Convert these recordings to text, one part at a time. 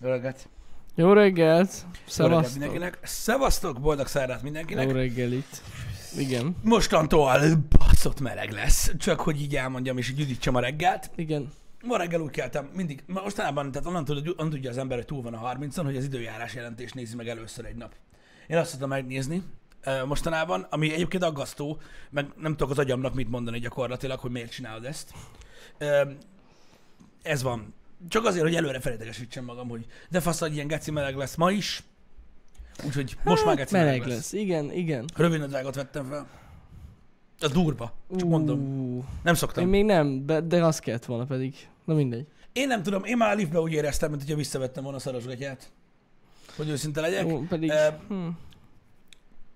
Jó reggelt. Jó reggelt! Jó reggelt Szevasztok! mindenkinek. Szevasztok, boldog szárát mindenkinek. Jó reggelit! Igen, Mostantól baszott meleg lesz, csak hogy így elmondjam és így üdítsem a reggelt. igen. Ma reggel úgy keltem, mindig, ma mostanában, tehát onnan tudja, onnan tudja az ember, hogy túl van a 30-on, hogy az időjárás jelentést nézi meg először egy nap. Én azt tudtam megnézni ö, mostanában, ami egyébként aggasztó, meg nem tudok az agyamnak mit mondani gyakorlatilag, hogy miért csinálod ezt. Ö, Ez van. Csak azért, hogy előre felejtegesítsem magam, hogy de fasz, hogy ilyen geci meleg lesz ma is. Úgyhogy most már Hát, geci meleg lesz. Igen, igen. Rövid nadrágot vettem fel. Az durva. Csak mondom. Ú, Nem Én szoktam. még nem, de, de az kellett volna pedig. Na mindegy. Én nem tudom, én már a liftbe úgy éreztem, mint hogyha visszavettem volna a szaros gatyát. Hogy őszinte legyek. Ó, pedig... Ö, Hm.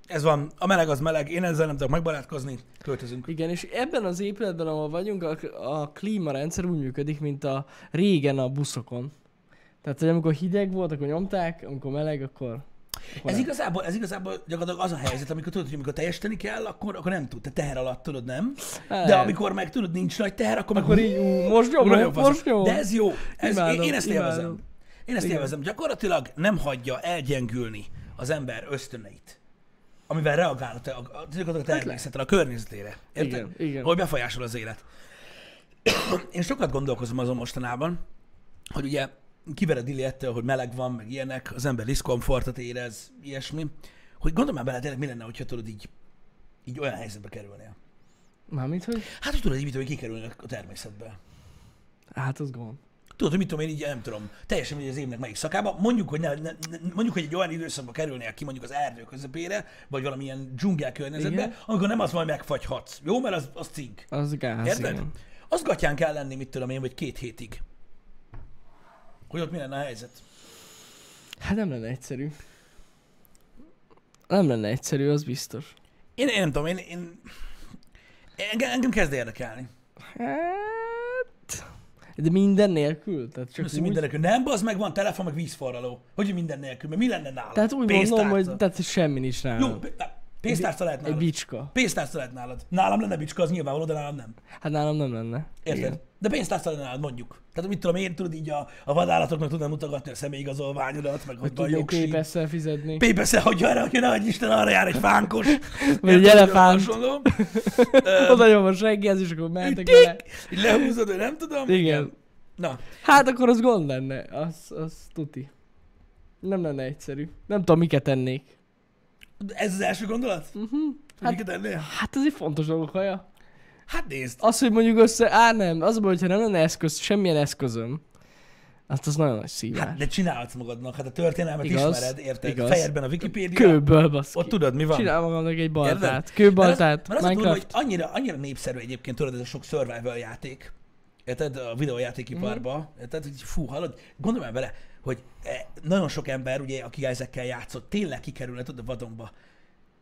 Ez van, a meleg az meleg, én ezzel nem tudok megbarátkozni, költözünk. Igen, és ebben az épületben, ahol vagyunk, a, a klímarendszer úgy működik, mint a régen a buszokon. Tehát, hogy amikor hideg volt, akkor nyomták, amikor meleg, akkor... akkor Ez nem. igazából, ez igazából gyakorlatilag az a helyzet, amikor tudod, hogy amikor teljesíteni kell, akkor, akkor nem tud, te teher alatt tudod, nem? Hát, De amikor meg tudod, nincs nagy teher, akkor meg Akkor így, ú, most jó, nagyon faszom. most jó. De ez jó, ez, Imádom, én, én ezt imádom. élvezem. Én ezt Igen. élvezem. Gyakorlatilag nem hagyja elgyengülni az ember ösztöneit, amivel reagál a, te- a, a, gyakorlatilag a természetre, a környezetére. Érted? Hát Igen, igen. Hogy befolyásol az élet. Én sokat gondolkozom azon mostanában, hogy ugye kivered illi ettől, hogy meleg van, meg ilyenek, az ember diszkomfortot érez, ilyesmi. Hogy gondolom már bele tényleg mi lenne, hogyha tudod így, így olyan helyzetbe kerülnél. Mármint, hogy... Hát, hogy tudod így, mit tudom, én, kikerülni a természetbe. Hát, az gond. Tudod, hogy mit tudom én így, nem tudom, teljesen mindegy az évnek melyik szakába, mondjuk, hogy, ne, ne, ne- mondjuk, hogy egy olyan időszakba kerülnél ki mondjuk az erdő közepére, vagy valamilyen dzsungel környezetbe, Igen. amikor nem az majd megfagyhatsz. Jó, mert az, az cink. Az gáz, Érted? igen. Az gatyán kell lenni, mit tudom én, vagy két hétig. Hogy ott mi lenne a helyzet? Hát nem lenne egyszerű. Nem lenne egyszerű, az biztos. Én, én nem tudom, én, én... Engem, engem kezd érdekelni. Hát... De minden nélkül? Tehát Csak csak úgy? Úgy... minden nélkül. Nem, az meg van telefon, meg vízforraló. Hogy minden nélkül, mert mi lenne nálam? Tehát úgy Pénztárca. mondom, hogy tehát semmi nincs nálam. Jó, pe- á, pénztárca lehet Egy nálad. bicska. Pénztárca lehet nálad. Nálam lenne bicska, az nyilvánvaló, de nálam nem. Hát nálam nem lenne. Érted? Igen. De pénztárca lenne nálad, mondjuk. Tehát mit tudom én, tudod így a, a vadállatoknak tudnám mutogatni a személyigazolványodat, meg hogy van Tudnék jogsík. pépesszel fizetni. Pépesze, hogy arra, hogy nagy Isten, arra jár egy fánkos. Vagy Érted, egy hogy elefánt. hasonló. Oda nyom a seggelz, és akkor mentek Tik! vele. Így lehúzod, vagy nem tudom. Igen. Na, Hát akkor az gond lenne. Az, az tuti. Nem lenne egyszerű. Nem tudom, miket tennék. ez az első gondolat? Hát- Hát, ennél? Hát ez egy fontos dolog, haja. hát nézd, Az, hogy mondjuk össze... Á, nem. Az, a baj, hogyha nem lenne eszköz, semmilyen eszközöm. Azt az nagyon nagy szívás. hát, de csinálhatsz magadnak, hát a történelmet Igaz, ismered, érted? igaz. Fejedben a Wikipédia, Kőből, baszki. ott tudod, mi van. Csinál magamnak egy baltát. Érted? Mert az, Kőbaltát, mert az a durva, Minecraft. hogy annyira, annyira népszerű egyébként, tudod, ez a sok survival játék, érted, a videójátékiparba, Mhm. mm. érted, hogy fú, hallod, gondolj már bele, hogy eh, nagyon sok ember, ugye, aki ezekkel játszott, tényleg kikerülne, tudod, a vadonba.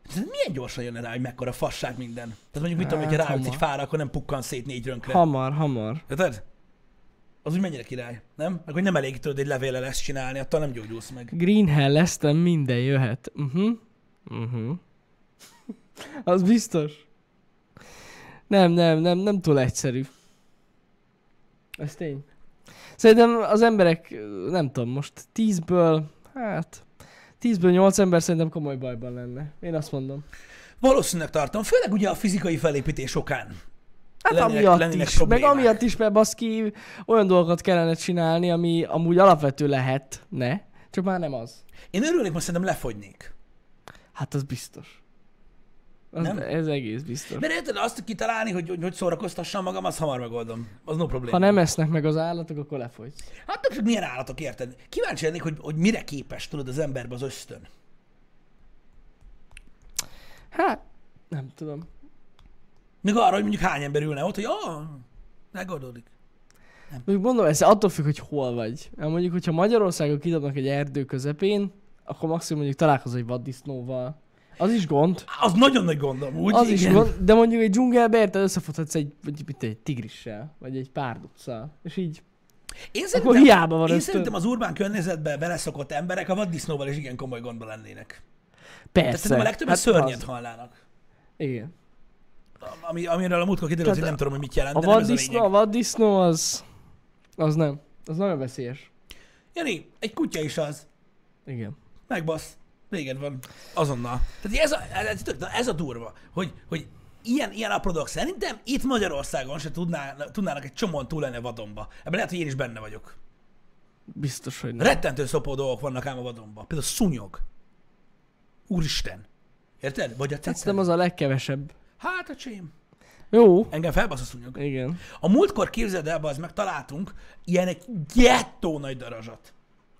Ez milyen gyorsan jönne rá, hogy mekkora fasság minden. Tehát mondjuk, mit tudom, Hát, hogyha ráütsz hamar. egy fára, akkor nem pukkan szét négy rönkre. Hamar, hamar. Érted? Az úgy mennyire király, nem? Meg hogy nem elég tudod egy levéllel ezt csinálni, attól nem gyógyulsz meg. Green Hell lesztem, minden jöhet. Mhm. Mhm. Az biztos. Nem, nem, nem, nem túl egyszerű. Ez tény. Szerintem az emberek, ö, nem tudom, most tízből, hát, tízből nyolc ember szerintem komoly bajban lenne. Én azt mondom. Valószínűleg tartom, főleg ugye a fizikai felépítés okán. Hát Lennének- amiatt lennének is, meg problémák. amiatt is, mert baszki, olyan dolgokat kellene csinálni, ami amúgy alapvető lehet, ne? Csak már nem az. Én örülnék, most szerintem lefogynék. Hát az biztos. Az Nem? nem? Ez egész biztos. Mert érted, azt kitalálni, hogy, hogy hogy szórakoztassam magam, az hamar megoldom. Az no probléma. Ha nem esznek meg az állatok, akkor lefogysz. Hát nem csak milyen állatok, érted? Kíváncsi lennék, hogy, hogy mire képes tudod az emberbe az ösztön. Hát, nem tudom. Még arra, hogy mondjuk hány ember ülne ott, hogy ah, megoldódik. Mondjuk mondom, ez attól függ, hogy hol vagy. Hát mondjuk, hogyha Magyarországon kidobnak egy erdő közepén, akkor maximum mondjuk találkozol egy vaddisznóval. Az is gond. Az nagyon nagy gondom, úgy. az is gond, de mondjuk egy dzsungelbe érted, összefuthatsz egy, vagy mit, egy tigrissel, vagy egy párduccal. És így, Én akkor szerintem, hiába van én ösztön. szerintem az urbán környezetben beleszokott emberek a vaddisznóval is igen komoly gondban lennének. Tehát Persze. szerintem a legtöbben hát, szörnyet az- hallának. Igen. Ami, amiről a múltkor kiderült, hogy nem Tehát tudom, hogy mit jelent, A de nem ez a vaddisznó, a lényeg. vaddisznó az, az nem. Az nagyon veszélyes. Jani, egy kutya is az. Igen. Megbasz. Véged van. Azonnal. Tehát ez a, ez, tök- na, ez a durva, hogy, hogy ilyen, ilyen apró dolgok. Szerintem itt Magyarországon se tudnának, tudnának egy csomóan túl lenni a vadonba. Ebben lehet, hogy én is benne vagyok. Biztos, hogy nem. Rettentő szopó dolgok vannak ám a vadonba. Például szúnyog. Úristen. Érted? Vagy a Szerintem cecem. az a legkevesebb. Hát a csém. Jó. Engem felbasz a szúnyog. Igen. A múltkor képzeld el, az meg találtunk ilyen egy gettó nagy darazsat.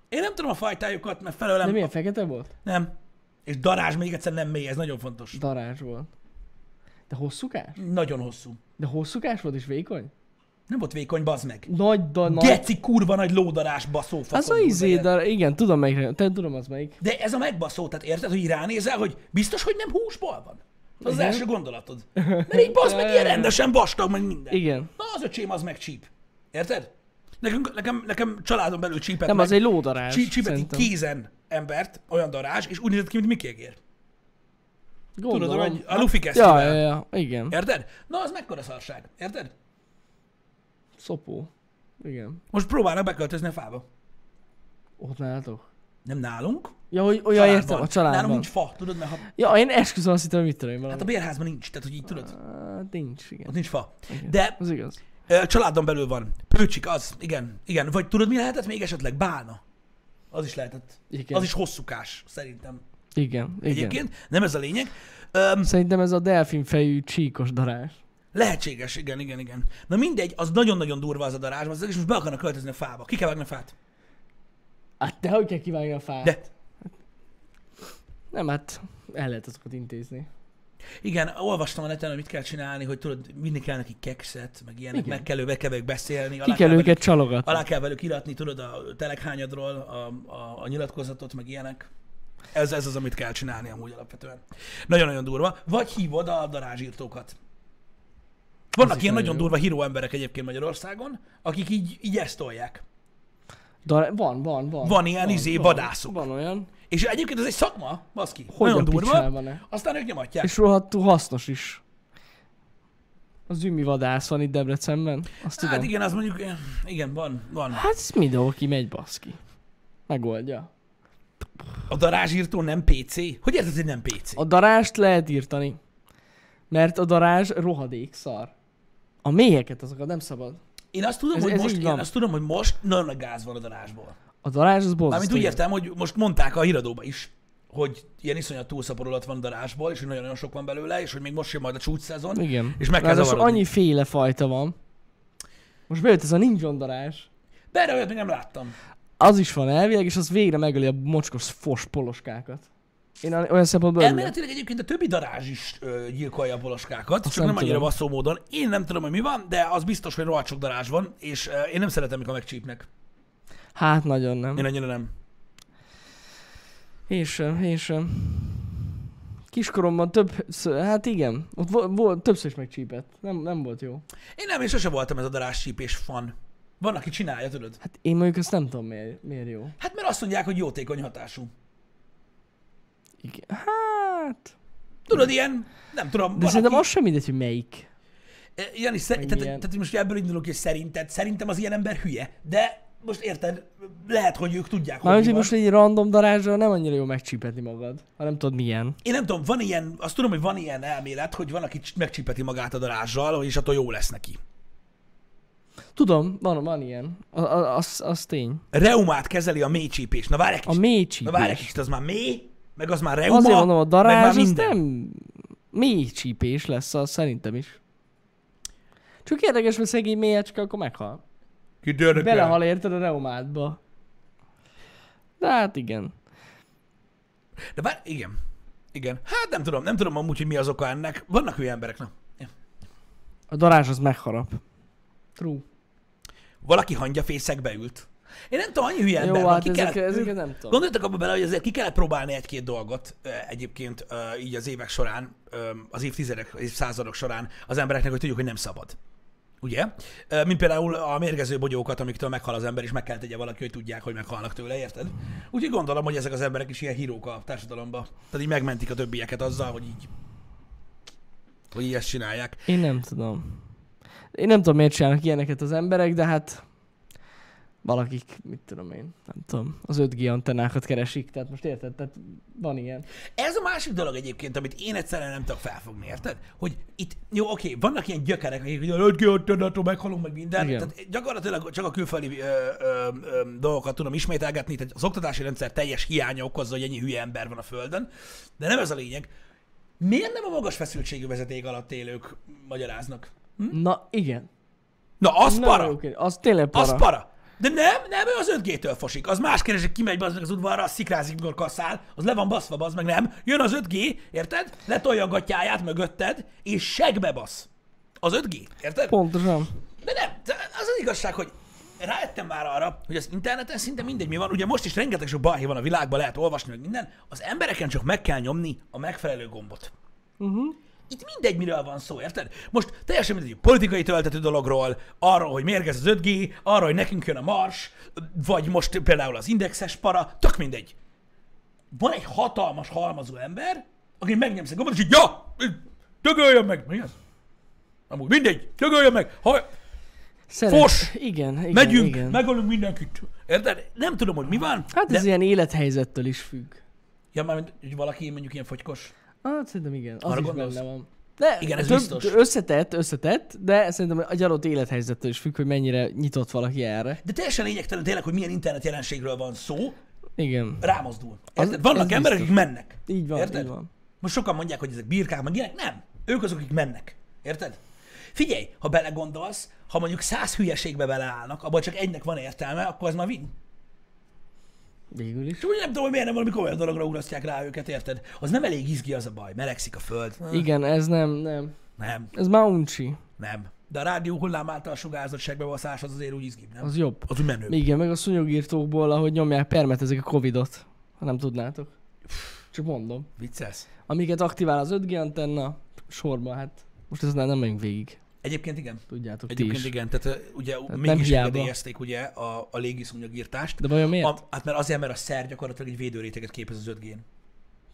Én nem tudom a fajtájukat, mert De felőlem... milyen fekete volt? Nem. És darázs még egyszer nem mély, ez nagyon fontos. Darázs volt. De hosszúkás? Nagyon hosszú. De hosszúkás volt és vékony? Nem volt vékony, bazd meg. Nagy, da, nagy. Geci kurva nagy lódarás baszó faszom. Az a kurva izé, élet. dar... igen, tudom melyikre, te tudom az melyik. De ez a megbaszó, tehát érted, hogy így ránézel, hogy biztos, hogy nem húsból van? Az, az Igen. első gondolatod. Mert így bazd meg ilyen rendesen vastag, meg minden. Igen. Na az öcsém az meg csíp. Érted? Nekünk, nekem, nekem családon belül csípett Nem, meg. az egy lódarás. Csí- csípett így szerintem. kézen embert, olyan darázs, és úgy nézett ki, mint Mickey Egér. Tudod, Gondolom. hogy a Luffy kezdte. Ja, ja, ja, igen. Érted? Na, az mekkora szarság. Érted? Szopó. Igen. Most próbálnak beköltözni a fába. Ott nálatok. Nem nálunk. Ja, hogy, ja, családban. értem, a Nálunk családban. nincs fa, tudod, mert ha, Ja, én esküszöm, azt hittem, hogy mit tudom én valami. hát a bérházban nincs, tehát hogy így tudod, Hát, nincs, igen. ott nincs fa. De Az igaz. ö, családon belül van. Pőcsik, az, igen, igen. Vagy tudod, mi lehetett még esetleg? Bálna. Az is lehetett. Igen. Az is hosszúkás, szerintem. Igen, igen. Egyébként, nem ez a lényeg. Öm, Szerintem ez a delfinfejű csíkos darás. Lehetséges, igen, igen, igen. Na mindegy, az nagyon-nagyon durva az a darázs, az és most be akarnak költözni a fába. Ki kell vágni a fát? Hát te hogy kell kivágni a fát? De Nem, hát el lehet azokat intézni. igen, olvastam a neten, hogy mit kell csinálni, hogy tudod, vinni kell neki kekszet, meg ilyenek, Igen. meg kell, ő- meg kell velük beszélni, Ki alá kell kell, velük, őket csalogatni. alá kell velük iratni, tudod, a telekhányadról a, a, a nyilatkozatot, meg ilyenek. Ez, ez az, amit kell csinálni amúgy alapvetően. Nagyon-nagyon durva. Vagy hívod a darázsírtókat. Vannak is ilyen nagyon nagyon jó. durva híró emberek egyébként Magyarországon, akik így, így ezt tolják. Dar- van, van, van. Van ilyen van, izé van. vadászok. Van olyan. És egyébként ez egy szakma, baszki. Hogy nagyon a durva. picsában-e? Aztán ők nyomatják. És rohadtul hasznos is. Az ümi vadász van itt Debrecenben. Azt tudom. hát igen, az mondjuk, igen, van, van. Hát ez mindenhol kimegy, baszki. Megoldja. A darázsírtó nem PC? Hogy érted, hogy nem PC? A darást lehet írtani. Mert a darázs rohadék szar. A méheket azokat nem szabad. Én azt tudom, Ez- hogy ez most, így én van. azt tudom, hogy most nagyon nagy gáz van a darázsból. A darázs az borzasztó. Mármint úgy értem, hogy most mondták a híradóba is, hogy ilyen iszonyat túlszaporulat van a darázsból, és hogy nagyon-nagyon sok van belőle, és hogy még most jön majd a csúcsszezon, Igen. és meg kell Ráadásul zavarodni. Annyi... annyi féle fajta van. Most bejött ez a ninjon darázs. De erre olyat még nem láttam. Az is van elvileg, és az végre megöli a mocskos fos poloskákat. Én a- olyan szempontból örülök. Elméletileg egyébként a többi darázs is ö, gyilkolja a boloskákat, csak nem nem, annyira tudom. basszó módon. Én nem tudom, hogy mi van, de az biztos, hogy rohadt sok darázs van, és ö, én nem szeretem, mikor megcsípnek. Hát nagyon nem. Én annyira nem. Én sem, én sem. Kiskoromban több, hát igen, ott volt, volt többször is megcsípett. Nem, nem volt jó. Én nem, és sose voltam ez a darázs csípés fan. Van, aki csinálja, tudod? Hát én mondjuk ezt nem tudom miért, miért jó. Hát mert azt mondják, hogy jótékony hatású. Igen. Hát... Tudod, ilyen, nem tudom, De van, szerintem aki, az sem mindegy, hogy melyik. E, Jani, szer, meg tehát, milyen. tehát, hogy most ebből indulok, hogy szerinted, szerintem az ilyen ember hülye, de most érted, lehet, hogy ők tudják, hogy Mármint, mi hogy van. most egy random darázsra nem annyira jó megcsípetni magad, ha nem tudod milyen. Én nem tudom, van ilyen, azt tudom, hogy van ilyen elmélet, hogy van, aki cs- megcsípeti magát a darázsal, és attól jó lesz neki. Tudom, van, van ilyen. A, a, az, az tény. Reumát kezeli a mély csípés. Na várj egy A kicsit, mély na várj egy csípés. kicsit, az már mély, meg az már reuma, Azért mondom, a meg már darázs az minden. nem mély csípés lesz, az szerintem is. Csak érdekes, mert szegény mélyecske, akkor meghal. Ki dörököl. Belehal érted a reumádba. De hát igen. De várj, igen. Igen. Hát nem tudom, nem tudom amúgy, hogy mi az oka ennek. Vannak hülye emberek, na. Ja. A darázs az megharap. True. Valaki hangyafészekbe ült. Én nem tudom, annyi hülye Jó, ember van, hát ki ezek, kellett- ezeket nem tudom. Gondoltak abba bele, hogy azért ki kellett próbálni egy-két dolgot ö, egyébként ö, így az évek során, ö, az évtizedek, az évszázadok során az embereknek, hogy tudjuk, hogy nem szabad. Ugye? Ö, Mint például a mérgező bogyókat, amiktől meghal az ember, és meg kell tegye valaki, hogy tudják, hogy meghalnak tőle, érted? Úgyhogy gondolom, hogy ezek az emberek is ilyen hírók a társadalomba. Tehát így megmentik a többieket azzal, hogy így hogy így ezt csinálják. Én nem tudom. Én nem tudom, miért csinálnak ilyeneket az emberek, de hát valakik, mit tudom én, nem tudom, az 5G antennákat keresik, tehát most érted, tehát van ilyen. Ez a másik dolog egyébként, amit én egyszerűen nem tudok felfogni, érted? Hogy itt, jó, oké, vannak ilyen gyökerek, akik ugye 5G, meghalunk, meg minden. Igen. Tehát gyakorlatilag csak a külföldi ö, ö, ö, dolgokat tudom ismételgetni, tehát az oktatási rendszer teljes hiánya okozza, hogy ennyi hülye ember van a Földön, de nem ez a lényeg. Miért nem a magas feszültségű vezeték alatt élők magyaráznak? Na igen. Na, Hm? az Na, para! jó, oké, Az tényleg para. Az para. De nem, nem, ő az 5G-től fosik. Az más kérdés, hogy kimegy bazd meg az udvarra, az szikrázik, mikor kasszál, az le van baszva, bazd meg nem. Jön az 5G, érted? Letolja a gatyáját mögötted, és segbe basz. Az 5G, érted? Pontosan. De nem, de az az igazság, hogy rájöttem már arra, hogy az interneten szinte mindegy mi van, ugye most is rengeteg sok balhé van a világban, lehet olvasni, meg minden, az embereken csak meg kell nyomni a megfelelő gombot. Itt mindegy, miről van szó, érted? Most teljesen mindegy, hogy politikai töltető dologról, arról, hogy mérgez az 5G, arról, hogy nekünk jön a Mars, vagy most például az indexes para, tök mindegy. Van egy hatalmas halmazó ember, aki megnyomsz a gombot, és így, ja, dögöljön meg! Mi az? Amúgy mindegy, dögöljön meg! Ha, Szeret... Fos! Igen, igen, megyünk, igen. megölünk mindenkit. Érted? Nem tudom, hogy mi van. Hát de... ez ilyen élethelyzettől is függ. Ja, már hogy valaki mondjuk ilyen fogykos. Hát szerintem igen, az Arra Arra is gondolsz? benne van. De Igen, ez több- biztos. Összetett, összetett, de szerintem a gyarott élethelyzettől is függ, hogy mennyire nyitott valaki erre. De teljesen lényegtelen tényleg, hogy milyen internetjelenségről van szó, Igen, rámozdul. Az- Érted? Vannak ez emberek, biztos. akik mennek. így van, Érted? így van. Most sokan mondják, hogy ezek birkák, meg ilyenek. Nem. Ők azok, akik mennek. Érted? Figyelj, ha belegondolsz, ha mondjuk száz hülyeségbe beleállnak, abban csak egynek van értelme, akkor az már win. Végül is. És úgy nem tudom, hogy miért nem valami komolyabb dologra ugrasztják rá őket, érted? Az nem elég izgi az a baj. Melegszik a föld. Igen, ez nem, nem. Nem, Ez már uncsi. nem. De a rádió hullám által sugárzott segbevaszás az azért úgy izgibb, nem? Az jobb. Az úgy menő. Igen, meg a szúnyogírtókból, ahogy nyomják permet ezek a Covidot. Ha nem tudnátok. Csak mondom. Viccelsz. Amiket aktivál az 5G antenna, sorba, hát most ezt nem megyünk végig. Egyébként igen. Tudjátok ti Egyébként is. igen, tehát ö, ugye nem mégis hiába. engedélyezték ugye a, a légiszúnyogírtást. De vajon miért? A, hát mert azért, mert a szer gyakorlatilag egy védőréteget képez az 5G-n. Ami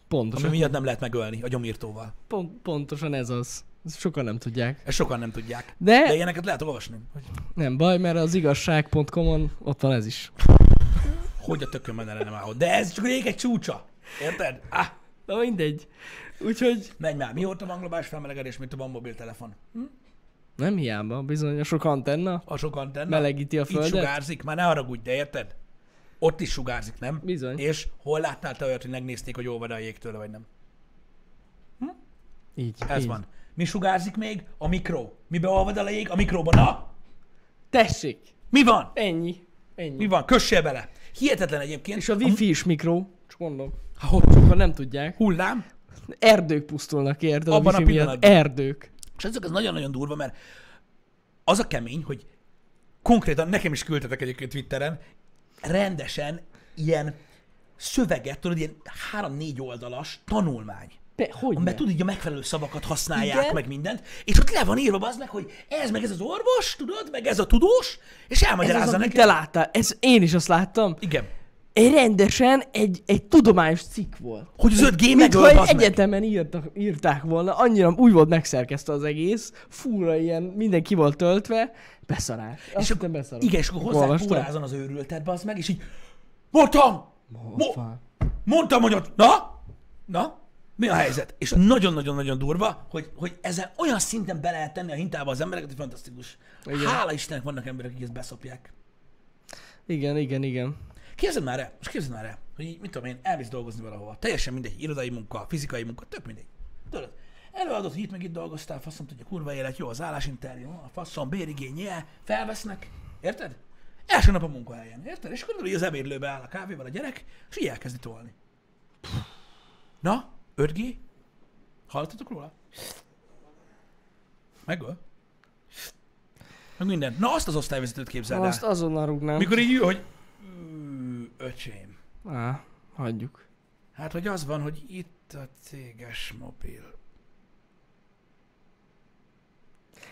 Pontosan. miatt nem lehet megölni a gyomírtóval. Pont, pontosan ez az. Ezt sokan nem tudják. Ezt sokan nem tudják. De, De ilyeneket lehet olvasni. Hogy, nem baj, mert az igazság.com-on ott van ez is. hogy a tökön menne lenne már ott. De ez csak egy csúcsa. Érted? Ah, Na mindegy. Úgyhogy menj már. Mióta van globális felmelegedés, mint a van mobiltelefon? nem hiába, bizony a sok antenna A sok antenna. melegíti a Itt földet. sugárzik. Már ne haragudj, de érted? Ott is sugárzik, nem? Bizony. És hol láttál te olyat, hogy megnézték, hogy olvad a jég tőle, vagy nem? Így, Ez így. van. Mi sugárzik még? A mikro. Mibe olvad el a jég? A mikróban. Na! Tessék! Mi van? Ennyi. Ennyi. Mi van? Kössél bele! Hihetetlen egyébként. És a wifi is mikro, csak mondom. Ha hopp, Sokan nem tudják. Hullám. Erdők pusztulnak, érted? Abban Abban a a, wifi miatt. pillanatban. Erdők. És ezek az nagyon-nagyon durva, mert az a kemény, hogy konkrétan nekem is küldtetek egyébként Twitteren, rendesen ilyen szöveget, tudod, ilyen három-négy oldalas tanulmány. Te, hogy Mert ne? tudod, így a megfelelő szavakat használják, Igen. Igen. meg mindent, és ott le van írva az meg, hogy ez, meg ez az orvos, tudod, meg ez a tudós, és Ez az, elmagyarázza amit neked. te láttál. Ez, én is azt láttam. Igen. Egy rendesen egy, egy tudományos cikk volt. Hogy az 5G Mintha megöl, egy bazd meg. egyetemen írtak, írták volna, annyira úgy volt megszerkesztve az egész, fúra ilyen, minden ki volt töltve, beszarás. Azt És hittem akkor, beszarás. igen, és akkor hozzá Olvastad? túrázon az őrültet, bazd meg, és így mondtam, mo- Fa. mondtam, hogy ott, na, na, mi a helyzet? És nagyon-nagyon-nagyon durva, hogy, hogy ezzel olyan szinten be lehet tenni a hintába az embereket, hogy fantasztikus. Igen. Hála Istennek vannak emberek, akik ezt beszopják. Igen, igen, igen. Képzeld már el, most képzeld már el, hogy így, mit tudom én, elmész dolgozni valahova. Teljesen mindegy, irodai munka, fizikai munka, tök mindegy. Tudod, előadod, hogy itt meg itt dolgoztál, faszom tudja, kurva élet, jó az állásinterjú, a faszom, bérigény, yeah, felvesznek, érted? Első nap a munkahelyen, érted? És akkor így az ebédlőbe áll a kávéval a gyerek, és így elkezdi tolni. Na, 5G? Hallottatok róla? Megöl? Meg minden. Na, azt az osztályvezetőt képzeld el. Azt azonnal rúgnám. Mikor így ül, hogy "Ű, öcsém, Á, hagyjuk. hát hogy az van, hogy itt a céges mobil.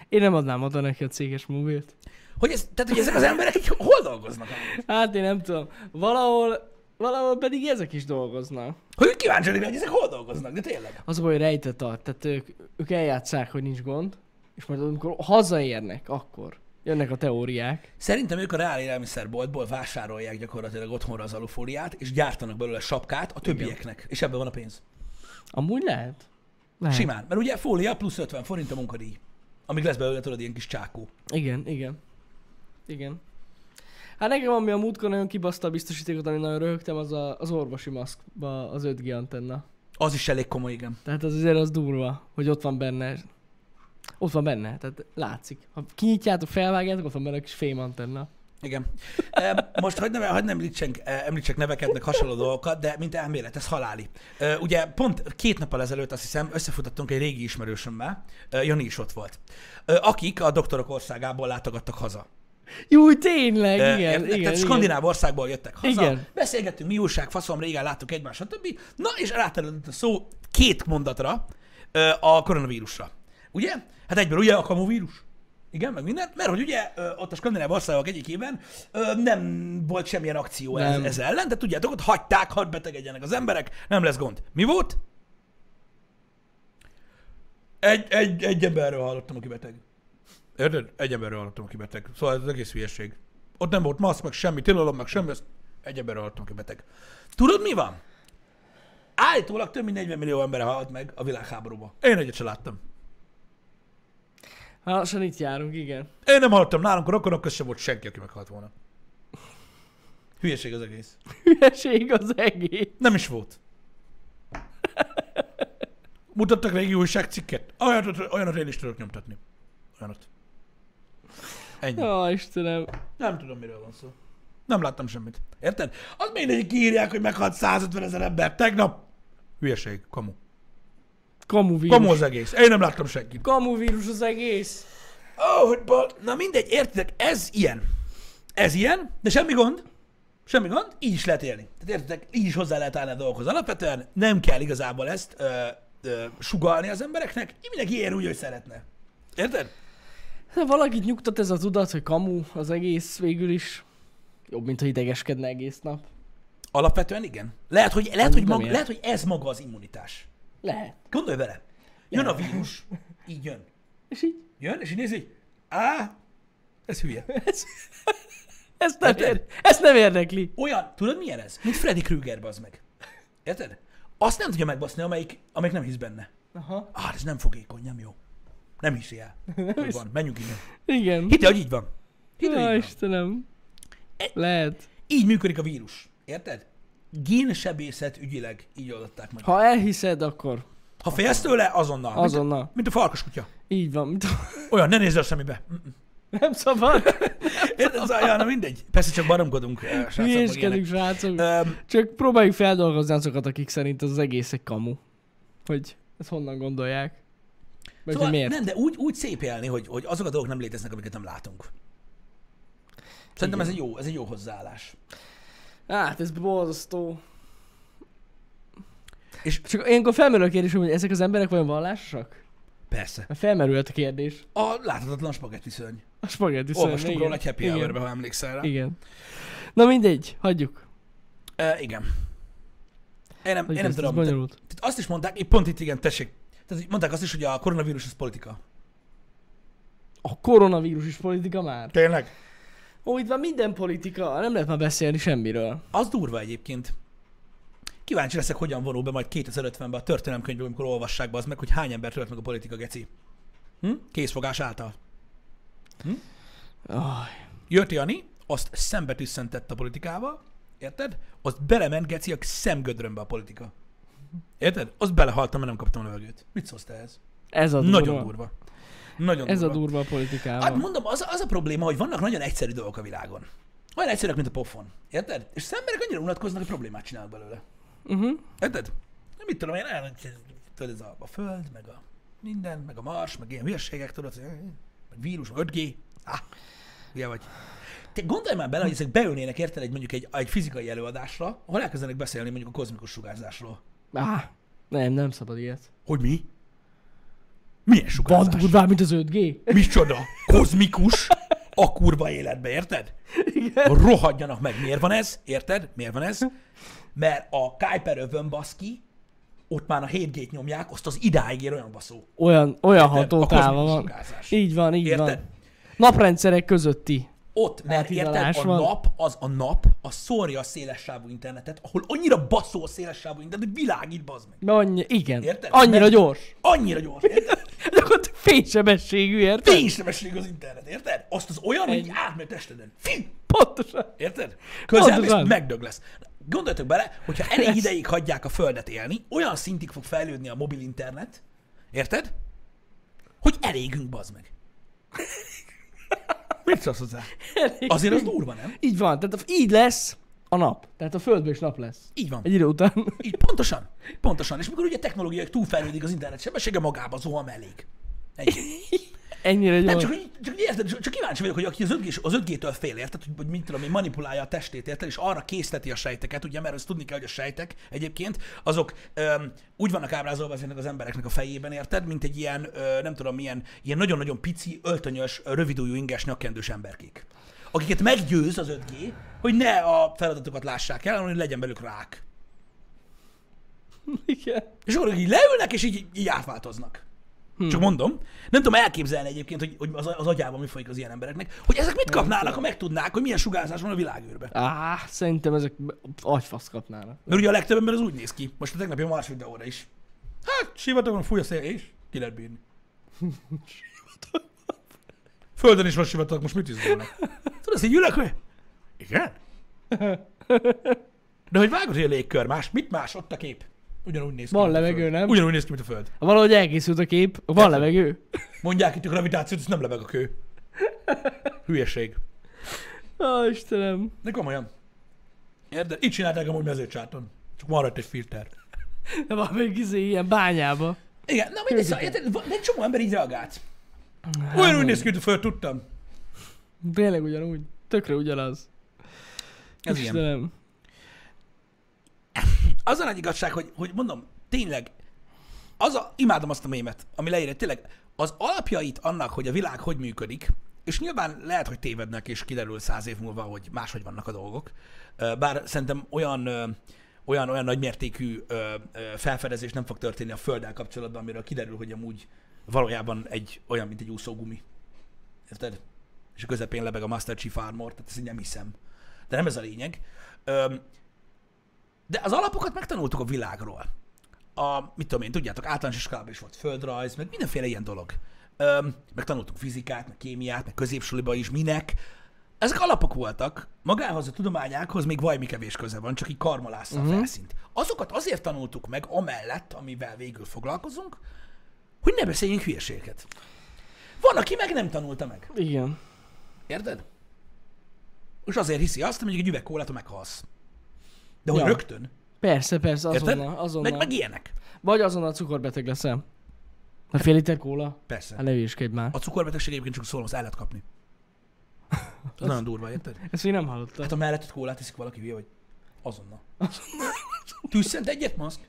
Én nem adnám oda neki a céges mobilt. Hogy ez, tehát, hogy ezek az emberek így hol dolgoznak? Hát én nem tudom. Valahol, valahol pedig ezek is dolgoznak. Hogy úgy kíváncsi vagyok, rá, hogy ezek hol dolgoznak, de tényleg. Az a baj, hogy rejtett art, tehát ők, ők eljátszák, hogy nincs gond, és majd amikor hazaérnek, akkor. Ja, Jönnek a teóriák. Szerintem ők a reál élelmiszerboltból vásárolják gyakorlatilag otthonra az alufóliát, és gyártanak belőle sapkát a többieknek, Igen. és ebben van a pénz. Amúgy lehet? lehet. Simán. Mert ugye fólia plusz 50 forint a munkadíj. Amíg lesz belőle, tudod, ilyen kis csákó. Igen, igen. Igen. Hát nekem ami a múltkor nagyon kibaszta a biztosítékot, ami nagyon röhögtem, az a, az orvosi maszkba az 5G antenna. Az is elég komoly, igen. Tehát az azért az durva, hogy ott van benne. Ott van benne, tehát látszik. Ha kinyitjátok, felvágjátok, ott van benne a kis fém antenna. Igen. E, Most hagyd nem, hagyd nem említsek, e, említsek neveket, meg hasonló dolgokat, de mint elmélet, ez haláli. E, Ugye pont két nappal ezelőtt azt hiszem összefutottunk egy régi ismerősömmel, e, Jani is ott volt, e, akik a doktorok országából látogattak haza. Jó, tényleg, E, igen, igen, érted? igen, Tehát skandináv országból jöttek haza, Igen. beszélgettünk, mi újság, faszom, régen láttuk egymást, stb. Na, és ráterült a szó két mondatra ö, a koronavírusra. Ugye? Hát egyből ugye a kamovírus. Igen, meg mindent, mert hogy ugye ö, ott a skandináv országok egyikében ö, nem volt semmilyen akció ez, Nem. ez ellen, de tudjátok, ott hagyták, hadd betegedjenek az emberek, nem lesz gond. Mi volt? Egy, egy, egy emberről hallottam, aki beteg. Érted? Egy emberről hallottam, aki beteg. Szóval ez az egész hülyeség. Ott nem volt maszk, meg semmi tilalom, meg semmi, ezt egy emberről hallottam, aki beteg. Tudod, mi van? Állítólag több mint 40 millió ember halt meg a világháborúban. Én egyet sem láttam. Halasan Hát itt járunk, igen. Én nem hallottam nálunk, a rokonok között sem volt senki, aki meghalt volna. Hülyeség az egész. Hülyeség az egész. Nem is volt. Mutattak régi újságcikket. Olyanot, olyanot én is tudok nyomtatni. Olyanot. Ennyi. Ó, Istenem. Nem tudom, miről van szó. Nem láttam semmit. Érted? Az mindegy, hogy kiírják, hogy meghalt 150 ezer ember tegnap. Hülyeség, kamu. Kamu vírus. Kamu az e- egész. Én nem láttam senkit. Kamu vírus az egész. Ó, hogy bal... Na mindegy, értitek, ez ilyen. Ez ilyen, de semmi gond. Semmi gond, így is lehet élni. Tehát értitek, így is hozzá lehet állni a dolgokhoz. Alapvetően nem kell igazából ezt ö, ö, sugalni az embereknek, így mindenki él úgy, hogy szeretne. Érted? Ha Hát valakit nyugtat ez a tudat, hogy kamu az egész végül is. Jobb, mint ha idegeskedne egész nap. Alapvetően Igen. Lehet, hogy, lehet, hogy, Nem maga, ilyen. lehet, hogy ez maga az immunitás. Lehet. Gondolj vele. Jön a vírus, így jön. És így. Jön, és így nézi, így, á, ez hülye. Ez, ez nem, Érted? ér, ezt nem érdekli. Olyan, tudod milyen ez? Mint Freddy Krüger, bazd meg. Érted? Azt nem tudja megbaszni, amelyik, amelyik nem hisz benne. Aha. Á, ez nem fogékony, nem jó. Nem hiszi el. Hogy van, menjünk innen. Igen. Hidd el, hogy így van. Hidd el, Ó, hogy így van. Istenem. E- Lehet. Így működik a vírus. Érted? Génsebészet ügyileg így oldották meg. Ha elhiszed, akkor Ha félsz tőle, azonnal. Mint- azonnal. Mint a farkas kutya. Így van. mint- Olyan, ne nézz a szemébe. Nem szabad. Érted? Az ajánlom, mindegy. Persze csak baromkodunk. eh, srácok, meg Hülyéskedünk, ilyenek. srácok. Öm, Csak próbáljuk feldolgozni azokat, akik szerint az egész egy kamu. Hogy ezt honnan gondolják. Vagy Szóval hogy miért? nem, de úgy, úgy szép élni, hogy, hogy azok a dolgok nem léteznek, amiket nem látunk. Szerintem ez egy, jó, ez egy jó hozzáállás. Hát ez borzasztó. És- És csak ilyenkor felmerül a kérdés, hogy ezek az emberek vajon vallásosak? Persze. Mert felmerült a kérdés. A láthatatlan spagetti szörny. A spagetti szörny, Olvastunk igen. róla egy happy igen. hour ha emlékszel rá. Igen. Na mindegy, hagyjuk. Uh, igen. Én nem, én nem hagyjuk ezt, ez tudom. Tehát bonyolult. tehát azt is mondták, itt pont itt igen, tessék. Tehát így mondták azt is, hogy a koronavírus az politika. A koronavírus is politika már. Tényleg? Ó, itt van minden politika, nem lehet már beszélni semmiről. Az durva egyébként. Kíváncsi leszek, hogyan vonul be majd 2050-ben a történelemkönyvbe, amikor olvassák be az meg, hogy hány ember tölt meg a politika, geci. Hm? Készfogás által. Oh, Jött Jani, azt szembe tüsszentett a politikával, érted? Azt belement Geci a szemgödrömbe a politika. Érted? Azt belehaltam, mert nem kaptam levegőt. Mit szólsz te ez? Hát ez a durva. Nagyon durva. Nagyon Ez a durva. durva a Hát politikával. mondom, az, az a probléma, hogy vannak nagyon egyszerű dolgok a világon. Olyan egyszerűek, mint a pofon. Érted? És az emberek annyira unatkoznak, hogy problémát csinálnak belőle. Uh-huh. Érted? Nem mit tudom én, el, tudod, ez a, a föld, meg a minden, meg a mars, meg ilyen hülyeségek, tudod, hogy- meg vírus, meg 5G. Ah, ugye vagy. Te gondolj már bele, hogy ezek beülnének, érted, egy mondjuk egy, egy fizikai előadásra, ahol elkezdenek beszélni mondjuk a kozmikus sugárzásról. Ah, nem, nem szabad ilyet. Hogy mi? Milyen Van sugárzás? durvább, mint az 5G? Micsoda? Kozmikus? A kurva életbe, érted? Igen. Rohadjanak meg, miért van ez? Érted? Miért van ez? Mert a Kuiper övön baszki, ott már a 7G-t nyomják, azt az idáig ér olyan baszó. Olyan, olyan Érted? ható A kozmikus táva van. sugárzás. Így van, így Érted? van. Naprendszerek közötti. Ott, mert Áthidalás érted, a van. nap, az a nap, az szórja a szélessávú internetet, ahol annyira baszó a szélessávú internet, hogy világít, bazd meg. Annyi, igen. Érted? Annyira Mert- gyors. Annyira gyors, érted? Gyakorlatilag fénysebességű, érted? Fénysebesség az internet, érted? Azt az olyan, hogy Egy. átmegy testeden. Fing! Pontosan. Érted? Közel és Pontosan. megdög lesz. Gondoljatok bele, hogyha elég ideig hagyják a Földet élni, olyan szintig fog fejlődni a mobil internet, érted? Hogy elégünk, bazd meg. Mit szólsz hozzá? Elég. Azért az durva, nem? Így van, tehát a- így lesz a nap. Tehát a földből is nap lesz. Így van. Egy idő után. Így, pontosan. Pontosan. És mikor ugye a technológia túlfejlődik az internet sebessége, magába zuham elég. Ennyi. Ennyire Nem, gyors. csak, hogy- csak, hogy érted, csak kíváncsi vagyok, hogy aki az, 5G, az 5G-től fél, érted, hogy, hogy mit tudom én, manipulálja a testét, érted, és arra készteti a sejteket, ugye, mert azt tudni kell, hogy a sejtek egyébként, azok öm, úgy vannak ábrázolva ezeknek az embereknek a fejében, érted, mint egy ilyen, ö, nem tudom, milyen, ilyen nagyon-nagyon pici, öltönyös, ö, rövidújú inges, nyakkendős emberkék. Akiket meggyőz az 5G, hogy ne a feladatokat lássák el, hanem hogy legyen belük rák. Igen. És akkor ők így leülnek, és így, így átváltoznak. Hmm. Csak mondom, nem tudom elképzelni egyébként, hogy, hogy az, az agyában mi folyik az ilyen embereknek, hogy ezek mit kapnának, ha megtudnák, hogy milyen sugárzás van a világűrben. Á, szerintem ezek b- agyfasz kapnának. Mert ugye a legtöbb ember az úgy néz ki, most a tegnapi Mars videóra is. Hát, sivatagon fúj a szél, és ki lehet bírni. Földön is van sivatag, most mit izgulnak? Tudod, ezt így ülök, hogy... Igen? De hogy vágod, hogy a légkör más, mit más ott a kép? Ugyanúgy néz ki. Van mint a levegő, Föld. nem? Ugyanúgy néz ki, mint a Föld. Valahogy elkészült a kép. Van levegő? Mondják itt a gravitációt, ez nem lebeg a kő. Hülyeség. Ó, Istenem. De komolyan. Érted? Így csinálták amúgy mezőcsáton. Csak van rajta egy filter. De van még izé ilyen bányába. Igen, na mindegy, szóval, érted, van- de egy csomó ember így reagált. Olyan úgy néz ki, hogy föl tudtam. Tényleg ugyanúgy. Tökre ugyanaz. Ez ilyen. Istenem. Az a nagy igazság, hogy, hogy mondom, tényleg, az a, imádom azt a mémet, ami leírja, tényleg az alapjait annak, hogy a világ hogy működik, és nyilván lehet, hogy tévednek, és kiderül száz év múlva, hogy máshogy vannak a dolgok. Ö, Bár szerintem olyan, ö, olyan, olyan nagy mértékű ö, ö, felfedezés nem fog történni a Földdel kapcsolatban, amiről kiderül, hogy amúgy valójában egy olyan, mint egy úszógumi. Érted? És a közepén lebeg a Master Chief Armor, tehát ezt így nem hiszem. De nem ez a lényeg. Öm, de az alapokat megtanultuk a világról. A, mit tudom én, tudjátok, általános iskolában is volt földrajz, meg mindenféle ilyen dolog. Öm, meg tanultuk fizikát, meg kémiát, meg középsuliba is, minek. Ezek alapok voltak, magához a tudományákhoz még vajmi kevés köze van, csak így karmalásza a felszínt. Azokat azért tanultuk meg, amellett, amivel végül foglalkozunk, hogy ne beszéljünk hülyeséget. Van, aki meg nem tanulta meg. Igen. Érted? És azért hiszi azt, hogy mondjuk egy üveg kólától meghalsz. De hogy ja. Ja. rögtön, Persze, persze, érted? azonnal. azonnal. Meg, meg ilyenek. Vagy azonnal cukorbeteg leszel. Na fél liter kóla? Hát Persze. ne hülyéskedj már. A cukorbetegség egyébként csak szólom, az el lehet kapni. Ez nagyon durva, érted? Ezt még nem hallottam. Hát a mellettet kólát iszik valaki, hülye vagy. Azonnal. Tűzszent egyet, maszk?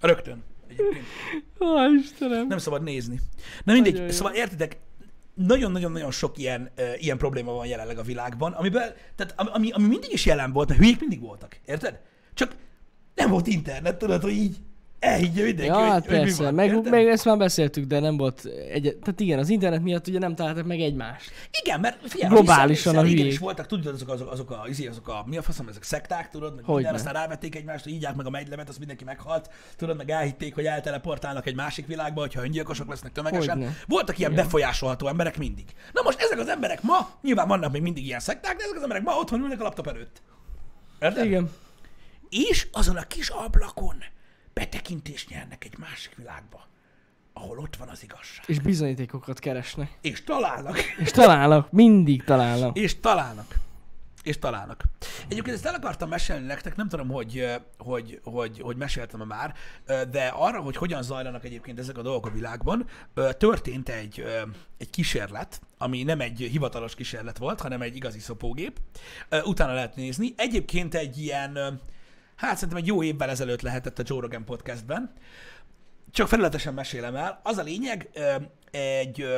Rögtön. Egyébként. Ó, Istenem. Nem szabad nézni. Na mindegy, Nagyon jó. szóval értitek, nagyon-nagyon-nagyon sok ilyen, ö, ilyen probléma van jelenleg a világban, amiben, tehát ami- ami, ami mindig is jelen volt, mert hülyék mindig voltak, érted? Csak nem volt internet, tudod, hogy így elhiggye mindenki, Ja, hogy, hát hogy mi persze, van, meg, érted? meg ezt már beszéltük, de nem volt egy... Tehát igen, az internet miatt ugye nem találtak meg egymást. Igen, mert figyelj, Globálisan a igen, hülyék. is voltak, tudod, azok, azok, azok, a, izé, azok a, mi a faszom, ezek szekták, tudod, meg Hogyne. minden, aztán rávették egymást, hogy ígyák meg a megylemet, azt mindenki meghalt, tudod, meg elhitték, hogy elteleportálnak egy másik világba, hogyha öngyilkosok lesznek tömegesen. Hogyne. Voltak ilyen befolyásolható emberek mindig. Na most ezek az emberek ma, nyilván vannak még mindig ilyen szekták, de ezek az emberek ma otthon ülnek a laptop előtt. Érted? Igen. És azon a kis ablakon betekintést nyernek egy másik világba, ahol ott van az igazság. És bizonyítékokat keresnek. És találnak. És találnak, mindig találnak. És találnak. És találnak. Egyébként ezt el akartam mesélni nektek, nem tudom, hogy, eh, hogy, hogy, hogy meséltem már, eh, de arra, hogy hogyan zajlanak egyébként ezek a dolgok a világban, eh, történt egy, eh, egy kísérlet, ami nem egy hivatalos kísérlet volt, hanem egy igazi szopógép. Eh, Utána lehet nézni. Egyébként egy ilyen, eh, hát szerintem egy jó évvel ezelőtt lehetett a Joe Rogan podcastben. Csak felületesen mesélem el. Az a lényeg, eh, egy eh,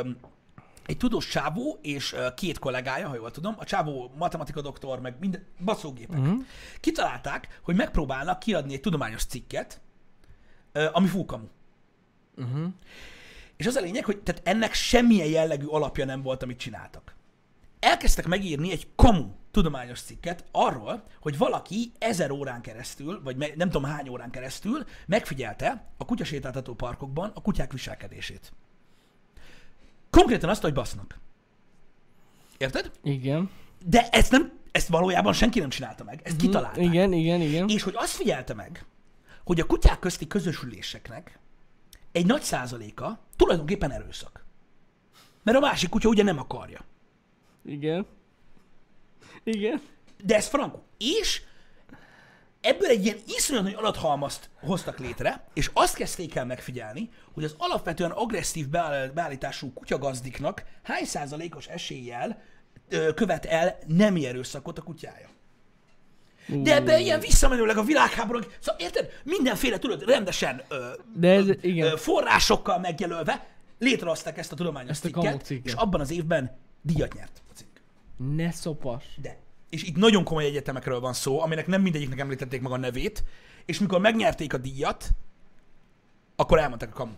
egy tudós csávó és ö, két kollégája, ha jól tudom, a csávó matematika doktor, meg minden, baszógépek, uh-huh. kitalálták, hogy megpróbálnak kiadni egy tudományos cikket, ö, ami fúkamu. Uh-huh. És az a lényeg, hogy tehát ennek semmilyen jellegű alapja nem volt, amit csináltak. Elkezdtek megírni egy kamu tudományos cikket arról, hogy valaki ezer órán keresztül, vagy me- nem tudom hány órán keresztül megfigyelte a kutyasétáltató parkokban a kutyák viselkedését. Konkrétan azt, hogy basznak. Érted? Igen. De ezt nem, ezt valójában senki nem csinálta meg. Ezt kitalálták. Igen, igen, igen. És hogy azt figyelte meg, hogy a kutyák közti közösüléseknek egy nagy százaléka tulajdonképpen erőszak. Mert a másik kutya ugye nem akarja. Igen. Igen. De ez frankó. És ebből egy ilyen iszonyat nagy adathalmazt hoztak létre, és azt kezdték el megfigyelni, hogy az alapvetően agresszív beáll- beállítású kutyagazdiknak hány százalékos eséllyel ö, követ el nem erőszakot a kutyája. De ebben ilyen visszamenőleg a világháború, szóval érted? Mindenféle tudod, rendesen ö, De ez, ö, igen. forrásokkal megjelölve létrehozták ezt a tudományos Ezt a kamu cikket, cikket. és abban az évben díjat nyert a cikk. Ne szopas. De. És itt nagyon komoly egyetemekről van szó, aminek nem mindegyiknek említették meg a nevét, és mikor megnyerték a díjat, akkor elmondták a kamu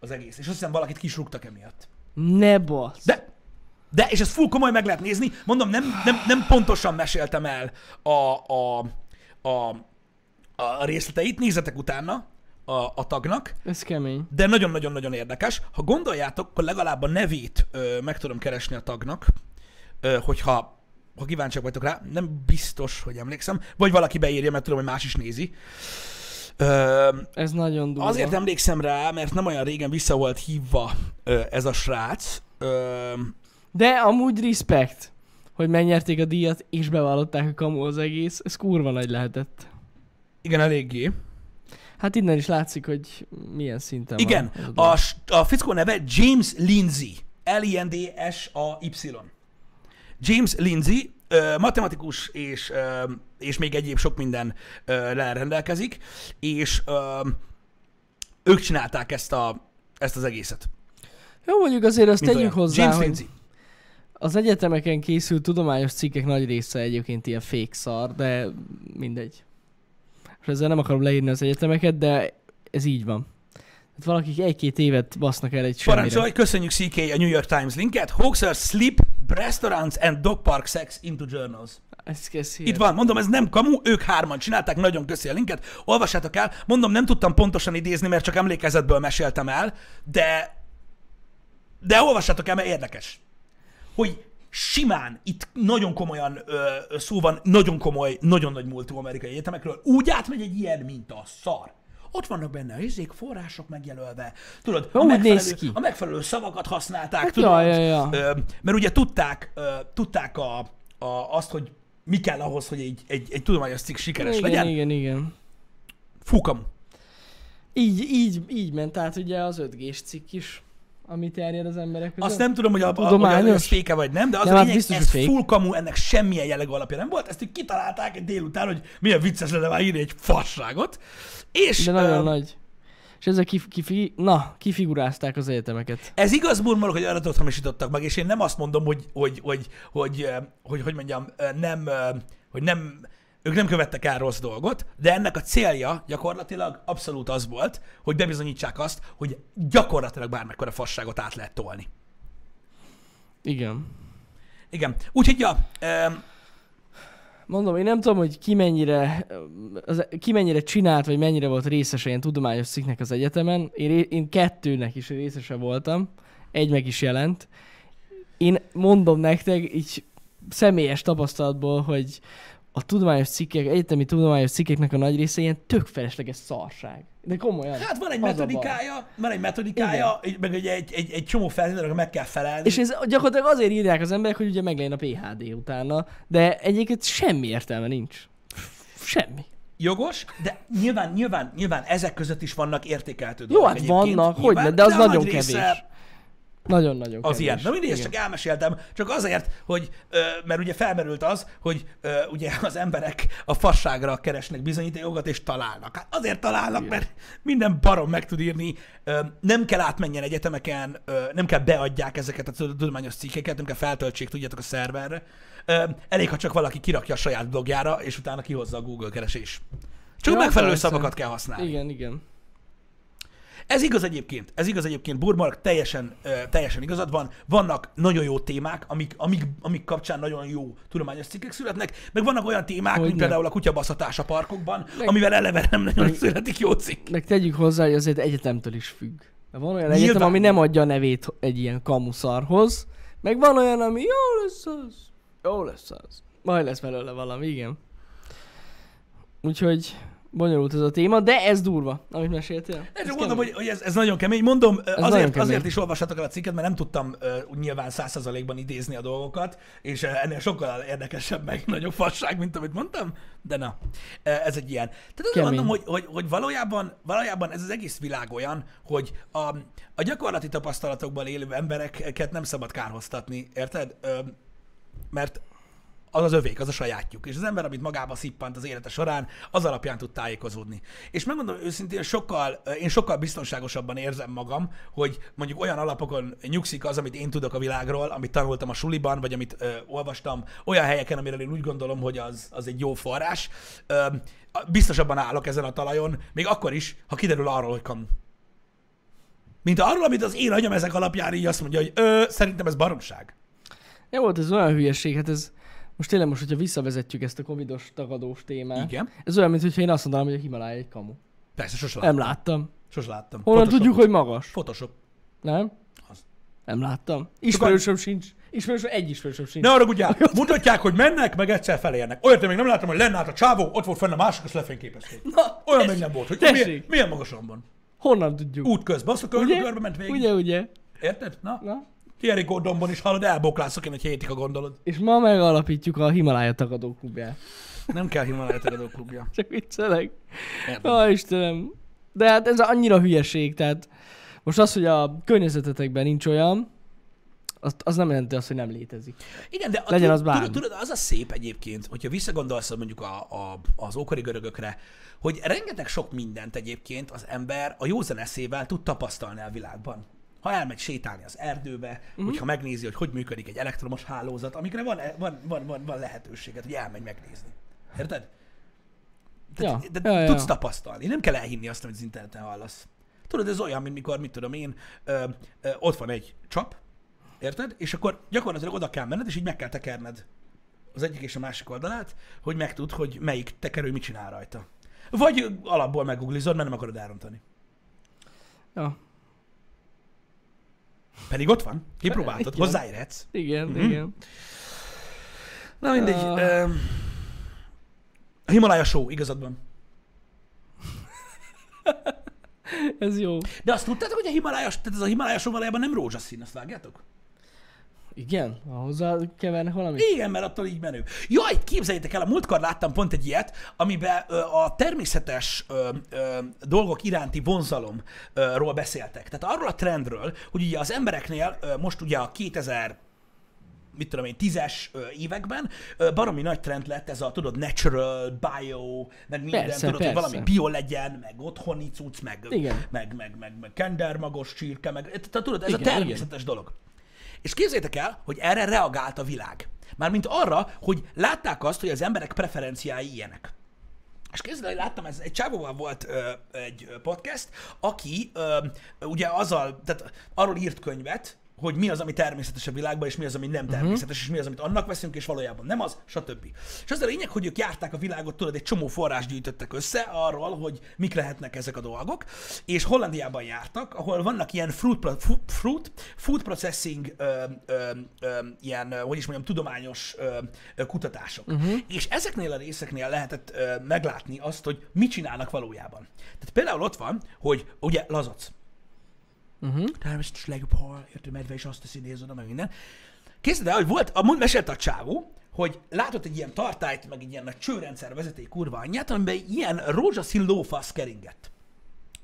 az egész. És azt hiszem valakit ki is rúgtak emiatt. Ne basz. De, de, és ez full komoly meg lehet nézni, mondom, nem, nem, nem pontosan meséltem el a, a, a, a részleteit, nézzetek utána a, a tagnak, Ez kemény. de nagyon-nagyon-nagyon érdekes. Ha gondoljátok, akkor legalább a nevét ö, meg tudom keresni a tagnak, ö, hogyha ha kíváncsiak vagytok rá, nem biztos, hogy emlékszem, vagy valaki beírja, mert tudom, hogy más is nézi. Ö, Ez nagyon durva. Azért emlékszem rá, mert nem olyan régen vissza volt hívva ö, ez a srác. Ö, De amúgy respect, hogy megnyerték a díjat, és bevallották a kamu az egész. Ez kurva nagy lehetett. igen, eléggé. Hát innen is látszik, hogy milyen szinten Igen, van. ez dolog. a, s- a fickó neve James Lindsay. L-I-N-D-S-A-Y. James Lindsay, ö, matematikus és, ö, és még egyéb sok minden ö, rendelkezik, és ö, ők csinálták ezt, a, ezt az egészet. Jó, mondjuk azért azt mint tegyük olyan. hozzá, James hogy Lindsay. az egyetemeken készült tudományos cikkek nagy része egyébként ilyen fake szar, de mindegy. És ezzel nem akarom leírni az egyetemeket, de ez így van. Hát valakik egy-két évet basznak el egy semmire. Parancsolj, köszönjük CK a New York Times linket. Hawks are sleep, restaurants and dog park sex into journals. Ez, ez Itt van, mondom, ez nem kamu, ők hárman csinálták, nagyon köszi a linket, olvassátok el. Mondom, nem tudtam pontosan idézni, mert csak emlékezetből meséltem el, de de olvassátok el, mert érdekes. Hogy simán itt nagyon komolyan ö, ö, szó van, nagyon komoly, nagyon nagy múltú amerikai egyetemekről. Úgy átmegy egy ilyen, mint a szar. Ott vannak benne a izék, források megjelölve. Tudod, a Úgy néz megfelelő, ki. a megfelelő szavakat használták, Hát tudod. ja, ja, ja. Ö, mert ugye tudták, ö, tudták a, a, azt, hogy mi kell ahhoz, hogy egy, egy, egy tudományos cikk sikeres igen, igen, legyen. Igen. igen, igen. Fúkam. Így, így, így ment át ugye az 5G-s cikk is, amit terjed az emberek között. Azt nem tudom, hogy a, a, hogy a, Tudományos? hogy az féke vagy nem, de az Nem, a hát lényeg, biztos, ez hogy fake. full kamu, ennek semmilyen jellegű alapja nem volt. Ezt így kitalálták egy délután, hogy milyen vicces lenne már írni egy fasságot. És De nagyon ö, nagy. És ezzel kif, kifi, na, kifigurázták az egyetemeket. Ez igaz, burmolok, hogy adatot hamisítottak meg, és én nem azt mondom, hogy, hogy, hogy, hogy, eh, hogy, hogy mondjam, eh, nem, eh, hogy nem, ők nem követtek el rossz dolgot, de ennek a célja gyakorlatilag abszolút az volt, hogy bebizonyítsák azt, hogy gyakorlatilag bármekkora fasságot át lehet tolni. Igen. Igen. Úgyhogy, ja, em, Mondom, én nem tudom, hogy ki mennyire, öm, az, ki mennyire csinált, vagy mennyire volt részese ilyen tudományos cikknek az egyetemen. Én, ré- én kettőnek is részese voltam, egy meg is jelent. Én mondom nektek így személyes tapasztalatból, hogy a tudományos cikkek, egyetemi tudományos cikkeknek a nagy része ilyen tök felesleges szarság. De komolyan. hát van egy Az a baj. metodikája, van egy metodikája, egy- meg ugye egy, egy, egy csomó feltételnek meg kell felelni. És ez gyakorlatilag azért írják az emberek, hogy ugye meglegyen a PHD utána, de egyébként semmi értelme nincs. Semmi. Jogos, de nyilván, nyilván, nyilván ezek között is vannak értékeltő dolgok. Jó, hát egyébként, vannak, nyilván, hogy de az a nagyon nagy kevés. része- Nagyon-nagyon Az kevés. ilyen. Na mindig ezt Igen. csak elmeséltem, csak azért, hogy, ö, mert ugye felmerült az, hogy ö, ugye az emberek a fasságra keresnek bizonyítékokat, és találnak. Hát azért találnak, Igen. mert minden barom meg tud írni, ö, nem kell átmenjen egyetemeken, ö, nem kell beadják ezeket a tud- tudományos cikkeket, nem kell feltöltsék, tudjátok, a szerverre. Ö, elég, ha csak valaki kirakja a saját blogjára, és utána kihozza a Google keresés. Csak Ja, megfelelő persze. szavakat kell használni. Igen, igen. Ez igaz egyébként, ez igaz egyébként, Burmark, teljesen, ö, teljesen igazad van. Vannak nagyon jó témák, amik, amik, amik kapcsán nagyon jó tudományos cikkek születnek, meg vannak olyan témák, Hogyne. mint például a kutyabaszatás a parkokban, Meg- amivel eleve nem nagyon születik jó cikk. Meg tegyük hozzá, hogy azért egyetemtől is függ. De van olyan Nyilván. egyetem, ami nem adja a nevét egy ilyen kamuszarhoz, meg van olyan, ami jó lesz az, jó lesz az. Majd lesz belőle valami, igen. Úgyhogy bonyolult ez a téma, de ez durva, amit meséltél. Ez Ez mondom, kemény. hogy, hogy ez, ez nagyon kemény. Mondom, ez azért, nagyon nagyon kemény. kemény. azért is olvashatok el a cikket, mert nem tudtam ö, úgy nyilván százszerzalékban idézni a dolgokat, és ö, ennél sokkal érdekesebb, meg nagyobb fasság, mint amit mondtam, de na, Ö, ez egy ilyen. Tehát azt Kemény. mondom, hogy, hogy, hogy valójában, valójában ez az egész világ olyan, hogy a, a gyakorlati tapasztalatokban élő embereket nem szabad kárhoztatni, érted? Ö, mert az az övék, az a sajátjuk. És az ember, amit magába szippant az élete során, az alapján tud tájékozódni. És megmondom őszintén, sokkal, én sokkal biztonságosabban érzem magam, hogy mondjuk olyan alapokon nyugszik az, amit én tudok a világról, amit tanultam a suliban, vagy amit ö, olvastam, olyan helyeken, amiről én úgy gondolom, hogy az, az egy jó forrás. Ö, biztosabban állok ezen a talajon, még akkor is, ha kiderül arról, hogy kamu. Mint arról, amit az én agyam ezek alapján így azt mondja, hogy ö, szerintem ez baromság. Nem volt ez olyan hülyeség, hát ez most tényleg most, hogyha visszavezetjük ezt a covidos tagadós témát, Igen. ez olyan, mintha én azt mondanám, hogy a Himalája egy kamu. Persze, sose láttam. Nem láttam. Sose láttam. Honnan Photoshop. tudjuk, hogy magas? Photoshop. Nem? Az. Nem láttam. Ismerősöm sincs. Ismerősöm, egy ismerősöm sincs. Ne arra ugye, mutatják, hogy mennek, meg egyszer felérnek. Olyat én még nem láttam, hogy lenne át a csávó, ott volt fenn a másik, azt lefényképezték. Na, Olyan tessék, még nem volt, hogy tessék. milyen, milyen magasan van. Honnan tudjuk? Út közben, azt a körbe, körbe ment végig. Ugye, ugye? Érted? Na, Na. Na? Jericho dombon is hallod, elboklászok én egy hétig, ha gondolod. És ma megalapítjuk a Himalája tagadó klubját. Nem kell Himalája Tagadó klubja. Csak viccelek. Érted. Ó, Istenem. De hát ez annyira hülyeség, tehát most az, hogy a környezetetekben nincs olyan, az, az nem jelenti azt, hogy nem létezik. Igen, de a, Legyen az tudod, bármi. tudod, tudod, az a szép egyébként, hogyha visszagondolsz mondjuk a, a, az ókori görögökre, hogy rengeteg sok mindent egyébként az ember a józan eszével tud tapasztalni a világban. Ha elmegy sétálni az erdőbe, uh-huh. Mhm. hogyha megnézi, hogy hogy működik egy elektromos hálózat, amikre van, e- van, van, van, van lehetőséget, hogy elmegy megnézni. Érted? Tehát, Ja, ja, de ja, ja, ja, tudsz ja. tapasztalni, nem kell elhinni azt, amit az interneten hallasz. Tudod, ez olyan, mint mikor, mit tudom én, ö, ö, ott van egy csap, Érted? És akkor gyakorlatilag oda kell menned, és így meg kell tekerned az egyik és a másik oldalát, hogy megtudd, hogy melyik tekerő mit csinál rajta. Vagy alapból meggooglizod, mert nem akarod elrontani. Ja, Pedig ott van, kipróbáltad, Igen. hozzáérhetsz. igen, mm-hmm. igen. Na mindegy. Ah. Uh... A Himalája show, igazad van. Ez jó. De azt tudtátok, hogy a Himalája, tehát ez a Himalája show valójában nem rózsaszín, azt vágjátok? Igen? Ha hozzá kevernek valamit? Igen, mert attól így menő. Jaj, képzeljétek el, a múltkor láttam pont egy ilyet, amiben ö, a természetes ö, ö, dolgok iránti vonzalomról beszéltek. Tehát arról a trendről, hogy ugye az embereknél ö, most ugye a 2000 mit tudom én, tízes ö, években ö, baromi nagy trend lett ez a, tudod, natural, bio, meg minden, Persze, tudod, hogy persze. valami bio legyen, meg otthoni cucc, meg, Igen. meg, meg, meg, meg kendermagos csirke, meg, tehát tudod, ez Igen, a természetes dolog. És képzétek el, hogy erre reagált a világ. Mármint arra, hogy látták azt, hogy az emberek preferenciái ilyenek. És kézzel, hogy láttam, ez egy csávóval volt ö, egy ö, podcast, aki ö, ugye azzal, tehát arról írt könyvet, hogy mi az, ami természetes a világban, és mi az, ami Mhm. nem természetes, és mi az, amit annak veszünk, és valójában nem az, stb. És az a lényeg, hogy ők járták a világot, tudod, egy csomó forrás gyűjtöttek össze arról, hogy mik lehetnek ezek a dolgok, és Hollandiában jártak, ahol vannak ilyen fruit, pro- fu- fruit food processing, ö, ö, ö, ilyen, ö, hogy is mondjam, tudományos ö, ö, kutatások. Uh-huh. És ezeknél a részeknél lehetett ö, meglátni azt, hogy mit csinálnak valójában. Tehát például ott van, hogy ugye lazac. Uh-huh. Természetes legjobban, érted, medve is azt teszi, nézod, meg minden. Képzeld el, hogy volt, a mond mesélte a csávó, hogy látott egy ilyen tartályt, meg egy ilyen nagy csőrendszer vezeték kurva anyját, amiben ilyen rózsaszín lófasz keringett.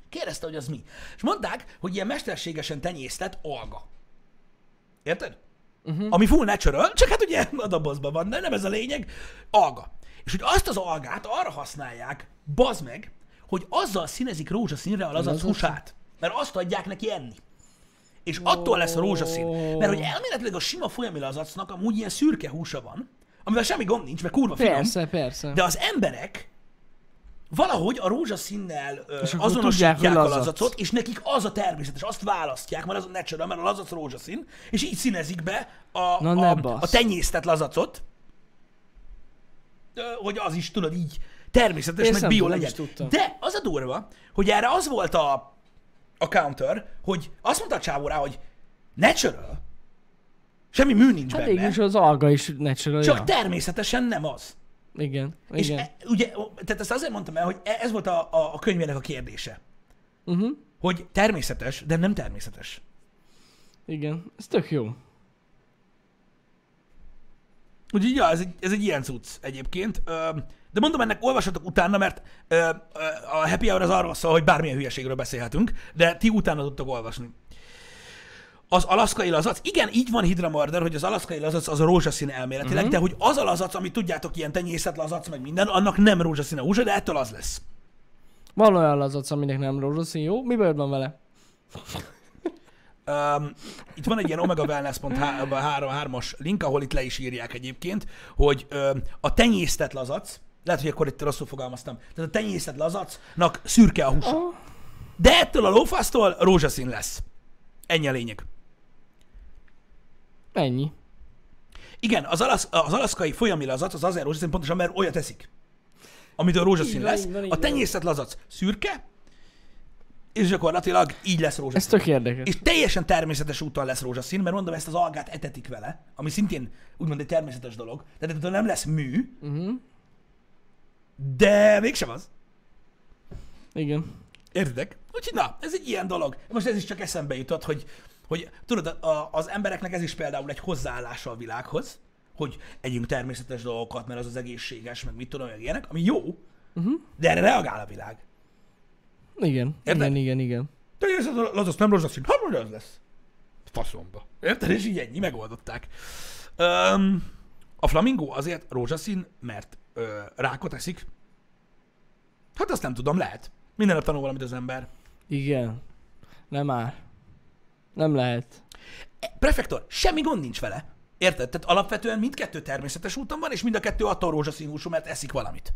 Kérdezte, hogy az mi. És mondták, hogy ilyen mesterségesen tenyésztett alga. Érted? Uh-huh. Ami full natural, csak hát ugye a dobozban van, de nem ez a lényeg, alga. És hogy azt az algát arra használják, bazd meg, hogy azzal színezik rózsaszínre a lazac lazac? húsát. Mert azt adják neki enni. És attól lesz a rózsaszín. Mert hogy elméletileg a sima folyami lazacnak amúgy ilyen szürke húsa van, amivel semmi gond nincs, mert kurva finom. Persze, persze. De az emberek valahogy a rózsaszínnel ö, És akkor azonosítják tudják, a hogy lazac. lazacot, és nekik az a természetes, azt választják, mert az a natural, mert a lazac rózsaszín, és így színezik be a, Na ne a, bassz. a tenyésztett lazacot, ö, hogy az is tudod így természetes, Én meg nem bio tudom, nem legyen. is tudtam. De az a durva, hogy erre az volt a, a counter, hogy azt mondta a csávó rá, hogy natural, semmi mű nincs Hát benne, mégis az alga is natural. csak ja. természetesen nem az. Igen, És igen. e, ugye, o- tehát ezt azért mondtam el, hogy e- ez volt a, a, a könyvének a kérdése. Uh-huh. Hogy természetes, de nem természetes. Igen, ez tök jó. Úgyhogy ja, ez egy, ez egy ilyen cucc egyébként. Ö, De mondom ennek, olvasatok utána, mert ö, ö, a happy hour az arról szól, hogy bármilyen hülyeségről beszélhetünk, de ti utána tudtok olvasni. Az alaszkai lazac, igen, így van Hydra Murder, hogy az alaszkai lazac az a rózsaszín elméletileg, uh-huh. de hogy az a lazac, amit tudjátok, ilyen tenyészet lazac, meg minden, annak nem rózsaszín a húsa, de ettől az lesz. Van olyan lazac, aminek nem rózsaszín, jó? Mi bajod van vele? Um, itt van egy ilyen omegawellness.3-as link, ahol itt le is írják egyébként, hogy um, a tenyésztett lazac, lehet, hogy akkor itt rosszul fogalmaztam, tehát a tenyésztett lazacnak szürke a húsa. Oh. De ettől a lófasztól rózsaszín lesz. Ennyi a lényeg. Ennyi. Igen, az, alasz, az alaszkai folyami lazac az azért rózsaszín pontosan, mert olyat eszik, amitől rózsaszín Így van, lesz. így van, így a van. tenyésztett lazac szürke, és gyakorlatilag így lesz Ez rózsaszín. tök érdekes. És teljesen természetes úton lesz rózsaszín, mert mondom, ezt az algát etetik vele, ami szintén úgymond egy természetes dolog, tehát ettől nem lesz mű, Uh-huh. de mégsem az. Igen. Értitek? Úgyhogy na, ez egy ilyen dolog. Most ez is csak eszembe jutott, hogy, hogy tudod, a, az embereknek ez is például egy hozzáállása a világhoz, hogy együnk természetes dolgokat, mert az az egészséges, meg mit tudom, meg ilyenek, ami jó, uh-huh. de erre reagál a világ. Igen. Érted? Igen, igen, igen. Teljesen lazasz, nem rózsaszín. Hát hogy az lesz. Faszomba. Érted? És így ennyi, megoldották. Öm, a flamingó azért rózsaszín, mert ö, rákot eszik. Hát azt nem tudom, lehet. Minden nap tanul valamit az ember. Igen. Nem már. Nem lehet. E, Prefektor, semmi gond nincs vele. Érted? Tehát alapvetően mindkettő természetes úton van, és mind a kettő attól rózsaszín húsú, mert eszik valamit.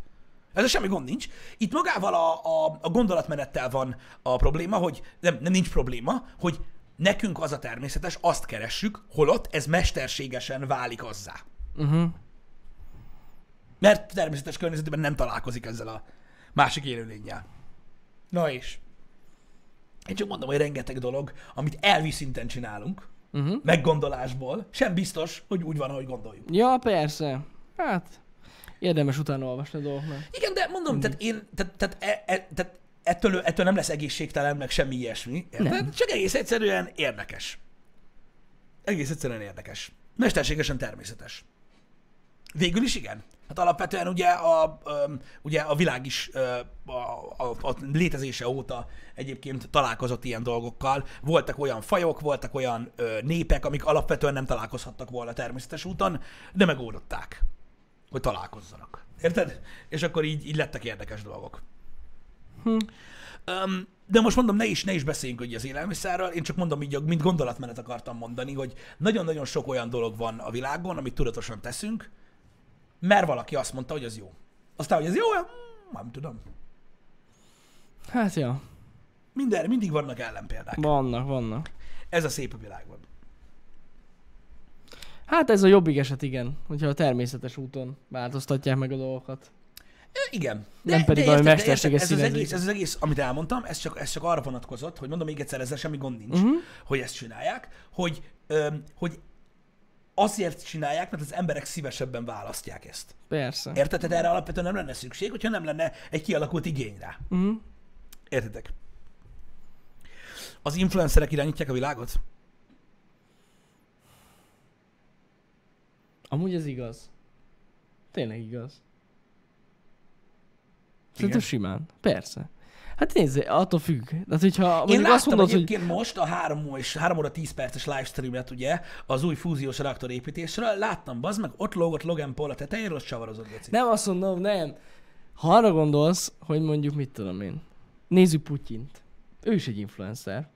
Ezzel semmi gond nincs. Itt magával a, a, a gondolatmenettel van a probléma, hogy nem, nem nincs probléma, hogy nekünk az a természetes, azt keressük, holott ez mesterségesen válik azzá. Uh-huh. Mert természetes környezetben nem találkozik ezzel a másik élőlényel. Na és? Én csak mondom, hogy rengeteg dolog, amit elvi szinten csinálunk, Uh-huh. meggondolásból, sem biztos, hogy úgy van, ahogy gondoljuk. Ja, persze. Hát, érdemes utána olvasni a dolgoknak. Igen, de mondom, tehát én, tehát, tehát, e, e, tehát ettől, ettől nem lesz egészségtelen, meg semmi ilyesmi. Nem. Csak egész egyszerűen érdekes. Egész egyszerűen érdekes. Mesterségesen természetes. Végül is igen. Hát alapvetően ugye a, öm, ugye a világ is ö, a, a, a létezése óta egyébként találkozott ilyen dolgokkal. Voltak olyan fajok, voltak olyan ö, népek, amik alapvetően nem találkozhattak volna természetes úton, de megoldották, hogy találkozzanak. Érted? És akkor így, így lettek érdekes dolgok. Hm. Um, de most mondom, ne is, ne is beszéljünk ugye az élelmiszerről, én csak mondom, így, a- mint gondolatmenet akartam mondani, hogy nagyon-nagyon sok olyan dolog van a világon, amit tudatosan teszünk, mert valaki azt mondta, hogy az jó. Aztán, hogy ez jó, mm, nem tudom. Hát ja, Mindenre mindig vannak ellenpéldák. vannak, vannak. Ez a szép a világban. Hát ez a jobbik eset, igen, hogyha a természetes úton változtatják meg a dolgokat. Ö, Igen. Nem pedig valami érted, de mesterséges érted, ez, az színezés. egész, ez az egész, amit elmondtam, ez csak, ez csak arra vonatkozott, hogy mondom még egyszer, ezzel semmi gond nincs, Mhm. uh-huh. hogy ezt csinálják, hogy, öm, hogy azért csinálják, mert az emberek szívesebben választják ezt. Persze. Érted? Tehát erre alapvetően nem lenne szükség, hogyha nem lenne egy kialakult igény rá. Uh-huh. Értitek? Az influencerek irányítják a világot? Amúgy ez igaz. Tényleg igaz. Szerintem simán. Persze. Hát nézd, attól függ. Hát, hogyha Én mondjuk láttam azt mondod, hogy... egyébként hogy... most a 3 és 3 óra 10 perces livestreamet, ugye, az új fúziós reaktor építésről, láttam, bazd meg, ott lógott Logan Paul a tetejéről, ott csavarozott geci. Nem azt mondom, nem. Ha arra gondolsz, hogy mondjuk mit tudom én. Nézzük Putyint. Ő is egy influencer.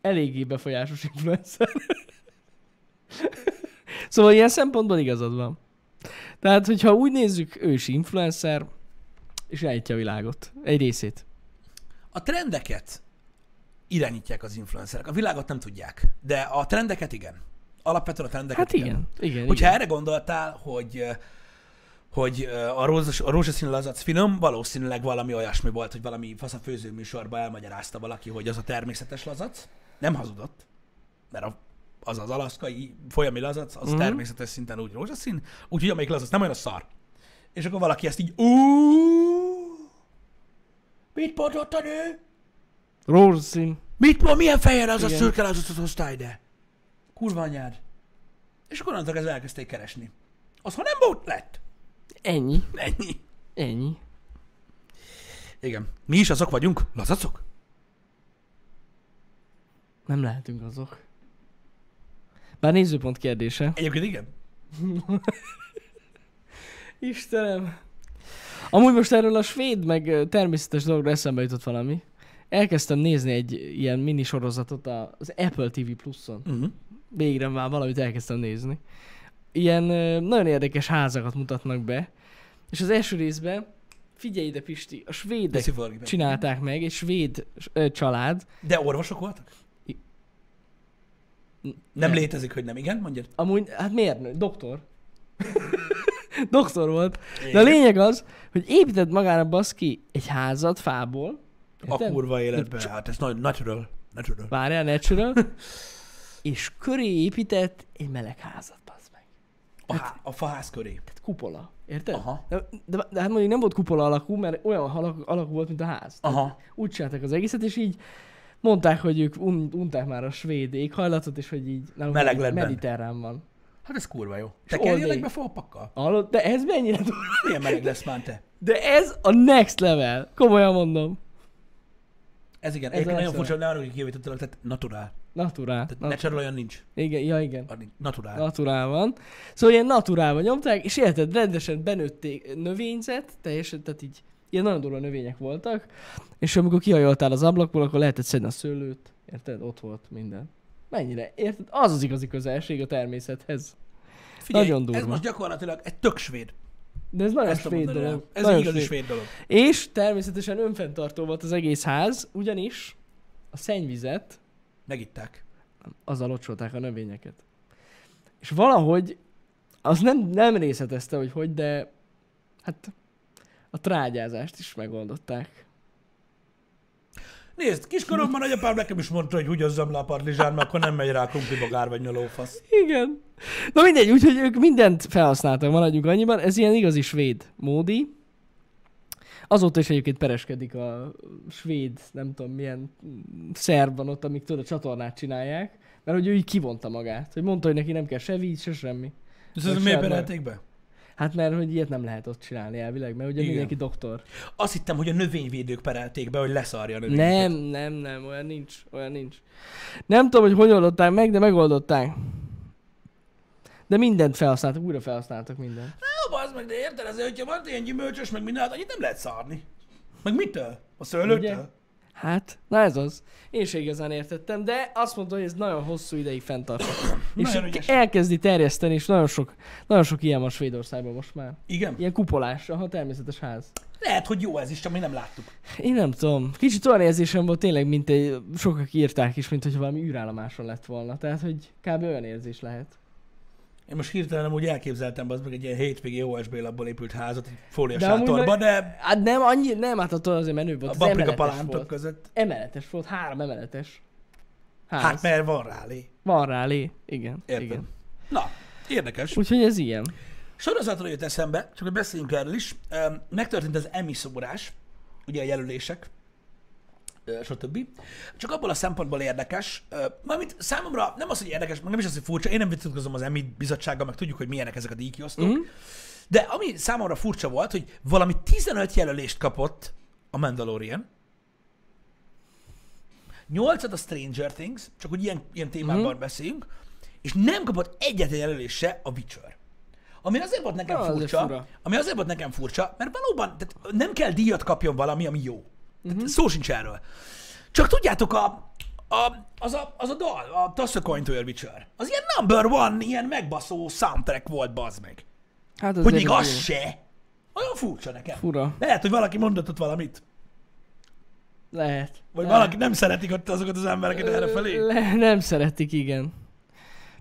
Eléggé befolyásos influencer. szóval ilyen szempontból igazad van. Tehát, hogyha úgy nézzük, ő is influencer, és elítja a világot. Egy részét. A trendeket irányítják az influencerek. A világot nem tudják, de a trendeket igen. Alapvetően a trendeket Hát igen. Igen, Hogyha igen. erre gondoltál, hogy ö, hogy ö, a, rózsas, a rózsaszín lazac finom, valószínűleg valami olyasmi volt, hogy valami fasz a főzőműsorban elmagyarázta valaki, hogy az a természetes lazac. Nem hazudott, mert a, az az alaszkai folyami lazac, az Mhm. mm-hmm. természetes szinten úgy rózsaszín, úgyhogy amelyik lazac nem olyan a szar. És akkor valaki ezt így, ú, mit mondott a nő? Rózsaszín. Mit mond, milyen fehér az Igen. a szürke lázatot hoztál ide? Kurva anyád. És akkor onnantól kezdve elkezdték keresni. Az, ha nem volt, lett. Ennyi. Ennyi. Ennyi. Igen. Mi is azok vagyunk, lazacok? Nem lehetünk azok. Bár nézőpont kérdése. Egyébként igen. Istenem. Amúgy most erről a svéd, meg ö, természetes dologról eszembe jutott valami. Elkezdtem nézni egy ilyen mini sorozatot a- az Apple TV Plus-on. Uh-huh. Végre már valamit elkezdtem nézni. Ilyen ö, nagyon érdekes házakat mutatnak be. És az első részben, figyelj ide Pisti, a svédek De, csinálták meg, egy svéd ö, család. De orvosok voltak? I- Nem, nem. létezik, hogy nem. Igen, mondjad. Amúgy, hát mérnök, doktor. doktor volt. De a lényeg az, hogy épített magára baszki egy házat fából. A Érted? kurva életben. Hát ez nagy, natural. Natural. Várjál, natural. és köré épített egy meleg házat, bazd meg. A, há- a faház köré. Tehát kupola. Érted? Aha. De, de, de, hát mondjuk nem volt kupola alakú, mert olyan alakú, alakú volt, mint a ház. Tehát Aha. Úgy csinálták az egészet, és így mondták, hogy ők un, unták már a svéd éghajlatot, és hogy így nálunk Meleg lett benne. mediterrán van. Hát ez kurva jó. És Te kerjenek oldék. be fópakkal? Hallod? De ez mennyire durva? Milyen meleg lesz már te? De ez a next level. Komolyan mondom. Ez igen. Ez Ez a nagyon legszebb. furcsa, hogy ne arra, hogy kijavítottalak, tehát naturál. Naturál. Tehát Na- natural olyan nincs. igen, ja igen. Addig Naturál. Naturál van. Szóval ilyen naturálban nyomták, és érted, rendesen benőtték növényzet, teljesen, tehát így ilyen nagyon durva növények voltak, és amikor kihajoltál az ablakból, akkor lehetett szedni a szőlőt, érted, ott volt minden. Mennyire, érted? Az az igazi közelség a természethez. Figyelj, Nagyon ez durva. most gyakorlatilag egy tök svéd. De ez nagyon Ezt tudom svéd mondani dolog. rá. Ez nagyon egy igazi svéd dolog. És természetesen önfenntartó volt az egész ház, ugyanis a szennyvizet Megitták. azzal locsolták a növényeket. És valahogy, az nem, nem részletezte, hogy hogy, de hát a trágyázást is megoldották. Nézd, kiskoromban nagyapám nekem is mondta, hogy húgyozzam le a partlizsán, mert akkor nem megy rá kumplibogár vagy nyolófasz. Igen. Na mindegy, úgyhogy ők mindent felhasználtak, maradjunk annyiban. Ez ilyen igazi svéd módi. Azóta is egyébként pereskedik a svéd, nem tudom milyen mm, szervban ott, amik tudod, a csatornát csinálják. Mert hogy ő így kivonta magát. Hogy mondta, hogy neki nem kell se víz, se semmi. És Meg ez miért sárga. perelték be? Hát mert hogy ilyet nem lehet ott csinálni elvileg, mert ugye Igen. mindenki doktor. Azt hittem, hogy a növényvédők perelték be, hogy leszarja a növényeket. Nem, nem, nem, olyan nincs, olyan nincs. Nem tudom, hogy hogy oldották meg, de megoldották. De mindent felhasználtak, újra felhasználtak mindent. Jó, bazd meg, de érted, azért, hogyha van ilyen gyümölcsös, meg minden, hát annyit nem lehet szarni. Meg mitől? A szőlőtől? Hát, na ez az. Én se igazán értettem, de azt mondta, hogy ez nagyon hosszú ideig fenntartott. és Nagyon így ügyes. elkezdi terjeszteni, és nagyon sok, nagyon sok ilyen van Svédországban most már. Igen? Ilyen kupolás, aha, természetes ház. Lehet, hogy jó ez is, csak mi nem láttuk. Én nem tudom. Kicsit olyan érzésem volt tényleg, mint egy, sokak írták is, mint hogy valami űrállomáson lett volna. Tehát, hogy kb. olyan érzés lehet. Én most hirtelen úgy elképzeltem, az meg egy ilyen hétvégi OSB labból épült házat, egy fólia De amúgy sátorba, meg- de Hát nem, annyi, nem, hát attól azért menő volt. a Az paprika emeletes palántok volt. között. Emeletes volt, három emeletes. Ház. Hát mert van rálé. Van rá lé. Igen. Érted? igen. Na, érdekes. Úgyhogy ez ilyen. Sorozatról jött eszembe, csak hogy beszéljünk erről is. Öm, Megtörtént az Emmy szórás, ugye a jelölések, ö, stb. Csak abból a szempontból érdekes, ö, mármint számomra nem az, hogy érdekes, meg nem is az, hogy furcsa, én nem vitatkozom az Emmy bizottsággal, meg tudjuk, hogy milyenek ezek a díjkiosztók, Mhm. mm. de ami számomra furcsa volt, hogy valami 15 jelölést kapott a Mandalorian, Nyolcat a Stranger Things, csak hogy ilyen, ilyen témában Mhm. mm. beszéljünk, és nem kapott egyetlen jelölés se a Witcher. Ami azért volt nekem Na, azért furcsa, fura. ami azért volt nekem furcsa, mert valóban tehát nem kell díjat kapjon valami, ami jó. Mhm. Tehát Szó sincs erről. Csak tudjátok, a, a, az, a, az a dal, a Toss a Coin to Your Witcher, az ilyen number one, ilyen megbaszó soundtrack volt, bazd meg. Hát az Hogy még egyedi. az se. Olyan furcsa nekem. Fura. Lehet, hogy valaki mondott ott valamit. Lehet. Vagy Lehet. valaki nem szeretik ott azokat az embereket errefelé. Le, nem szeretik, igen.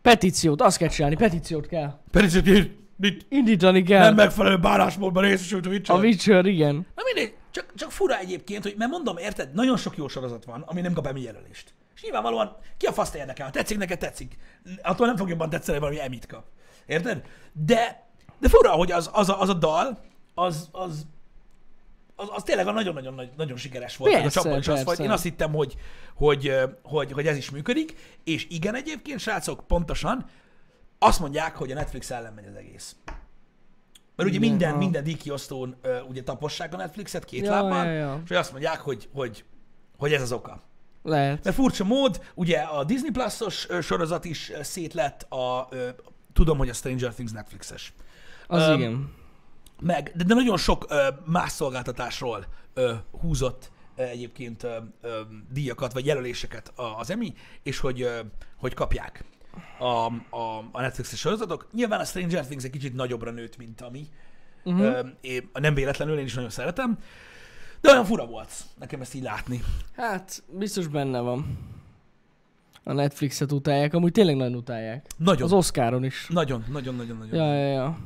Petíciót, azt kell csinálni, petíciót kell. Pedig itt- itt- itt Indítani kell. nem megfelelő bánásmódban részesült a Witcher. a Witcher, igen. Na mindegy, csak, csak fura egyébként, hogy mert mondom, érted, nagyon sok jó sorozat van, ami nem kap emi jelölést. És nyilvánvalóan ki a faszt érdekel, ha tetszik neked, tetszik. Attól nem fog jobban tetszeni, valami emit kap. Érted? De, de fura, hogy az, az, a, az a dal, az, az, az, az tényleg a nagyon-nagyon nagy- nagyon sikeres volt. meg Persze, a csapban is az persze. volt. Én azt hittem, hogy, hogy, ö, hogy, hogy ez is működik, és igen egyébként, srácok, pontosan, azt mondják, hogy a Netflix ellen megy az egész. Mert ugye Igen, minden, aha. minden díjkiosztón ö, ugye tapossák a Netflixet két Ja, lábban, ja, ja. és azt mondják, hogy, hogy, hogy ez az oka. Lehet. Mert furcsa mód, ugye a Disney Plus-os ö, sorozat is ö, szét lett, a, ö, tudom, hogy a Stranger Things Netflixes. Az Öm, igen. Meg, de, de nagyon sok ö, más szolgáltatásról ö, húzott ö, egyébként ö, ö, díjakat, vagy jelöléseket a- az EMI, és hogy, ö, hogy kapják a, a, a Netflix-es sorozatok. Nyilván a Stranger Things egy kicsit nagyobbra nőtt, mint ami. Mhm. Uh-huh. nem véletlenül, én is nagyon szeretem. De olyan fura volt nekem ezt így látni. Hát, biztos benne van. A Netflixet utálják, amúgy tényleg nagyon utálják. Nagyon. Az Oscaron is. Nagyon, nagyon, nagyon, nagyon. Ja, ja, ja.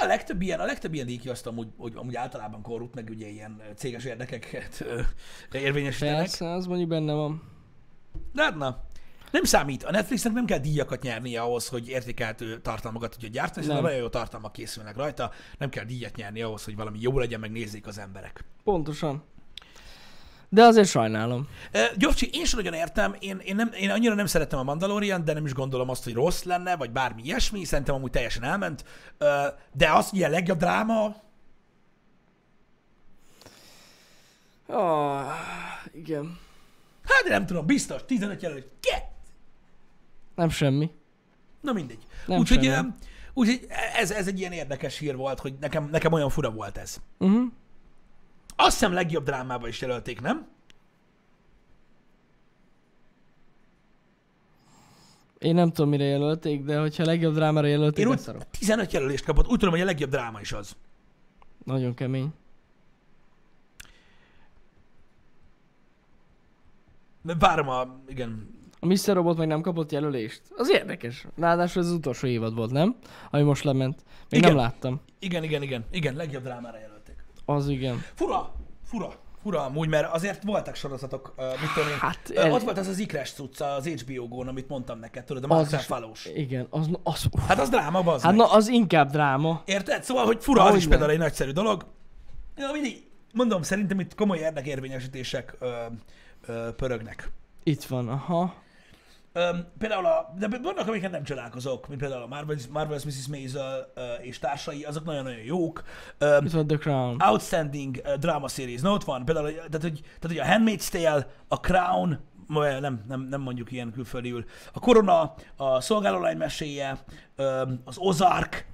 A legtöbb ilyen, a legtöbb ilyen díjkiaszt amúgy, hogy amúgy általában korrupt, meg ugye ilyen ö, céges érdekeket ö, érvényesítenek. Persze, az mondjuk benne van. De hát na, nem számít. A Netflixnek nem kell díjakat nyernie ahhoz, hogy értékeltő tartalmakat tudja gyártani, Nem. hiszen nagyon jó tartalmak készülnek rajta, nem kell díjat nyerni ahhoz, hogy valami jó legyen, meg nézzék az emberek. Pontosan. De azért sajnálom. Ö, Gyorcsi, én sem nagyon értem, én, én, nem, én annyira nem szeretem a Mandalorian, de nem is gondolom azt, hogy rossz lenne, vagy bármi ilyesmi, szerintem amúgy teljesen elment, Ö, de az, hogy ilyen legjobb dráma, Ah, igen. hát én nem tudom, biztos, 15 jelölés, ke- Nem semmi. Na mindegy. Nem Úgyhogy sajnálom. ö, úgyhogy ez, ez egy ilyen érdekes hír volt, hogy nekem, nekem olyan fura volt ez. Uh-huh. Azt hiszem legjobb drámába is jelölték, nem? Én nem tudom, mire jelölték, de hogyha a legjobb drámára jelölték, Én Én úgy szarok. 15 jelölést kapott, úgy tudom, hogy a legjobb dráma is az. Nagyon kemény. De Várom a... igen. A Mr. Robot meg nem kapott jelölést. Az érdekes. Ráadásul ez az utolsó évad volt, nem? Ami most lement. Még Igen. nem láttam. Igen, igen, igen. Igen, legjobb drámára jelölték. Az igen. Fura, fura, fura amúgy, mert azért voltak sorozatok, ö, mit tudom én. Hát, Ö, el- Ott volt az az ikrás cucc az HBO gón, amit mondtam neked, tudod, a Az Mark is- Ruffalo-s. Igen, az, az, uff. Hát az dráma, bazd hát meg. na, az inkább dráma. Érted? Szóval, hogy fura, az Hogy is ne? például egy nagyszerű dolog. Ja, mindig, mondom, szerintem itt komoly érdekérvényesítések ö, ö, pörögnek. Itt van, aha. Öm, például a, de vannak, amiket nem csodálkozok, mint például a Marvel's, Marvel's Mrs. Maisel ö, és társai, azok nagyon-nagyon jók. Öm, Itt van The Crown. Ah. outstanding ö, drama series, na ott van, például, ö, tehát hogy, tehát, hogy a Handmaid's Tale, a Crown, ö, nem, nem, nem mondjuk ilyen külföldiül, a Korona, a Szolgálólány meséje, öm, az Ozark,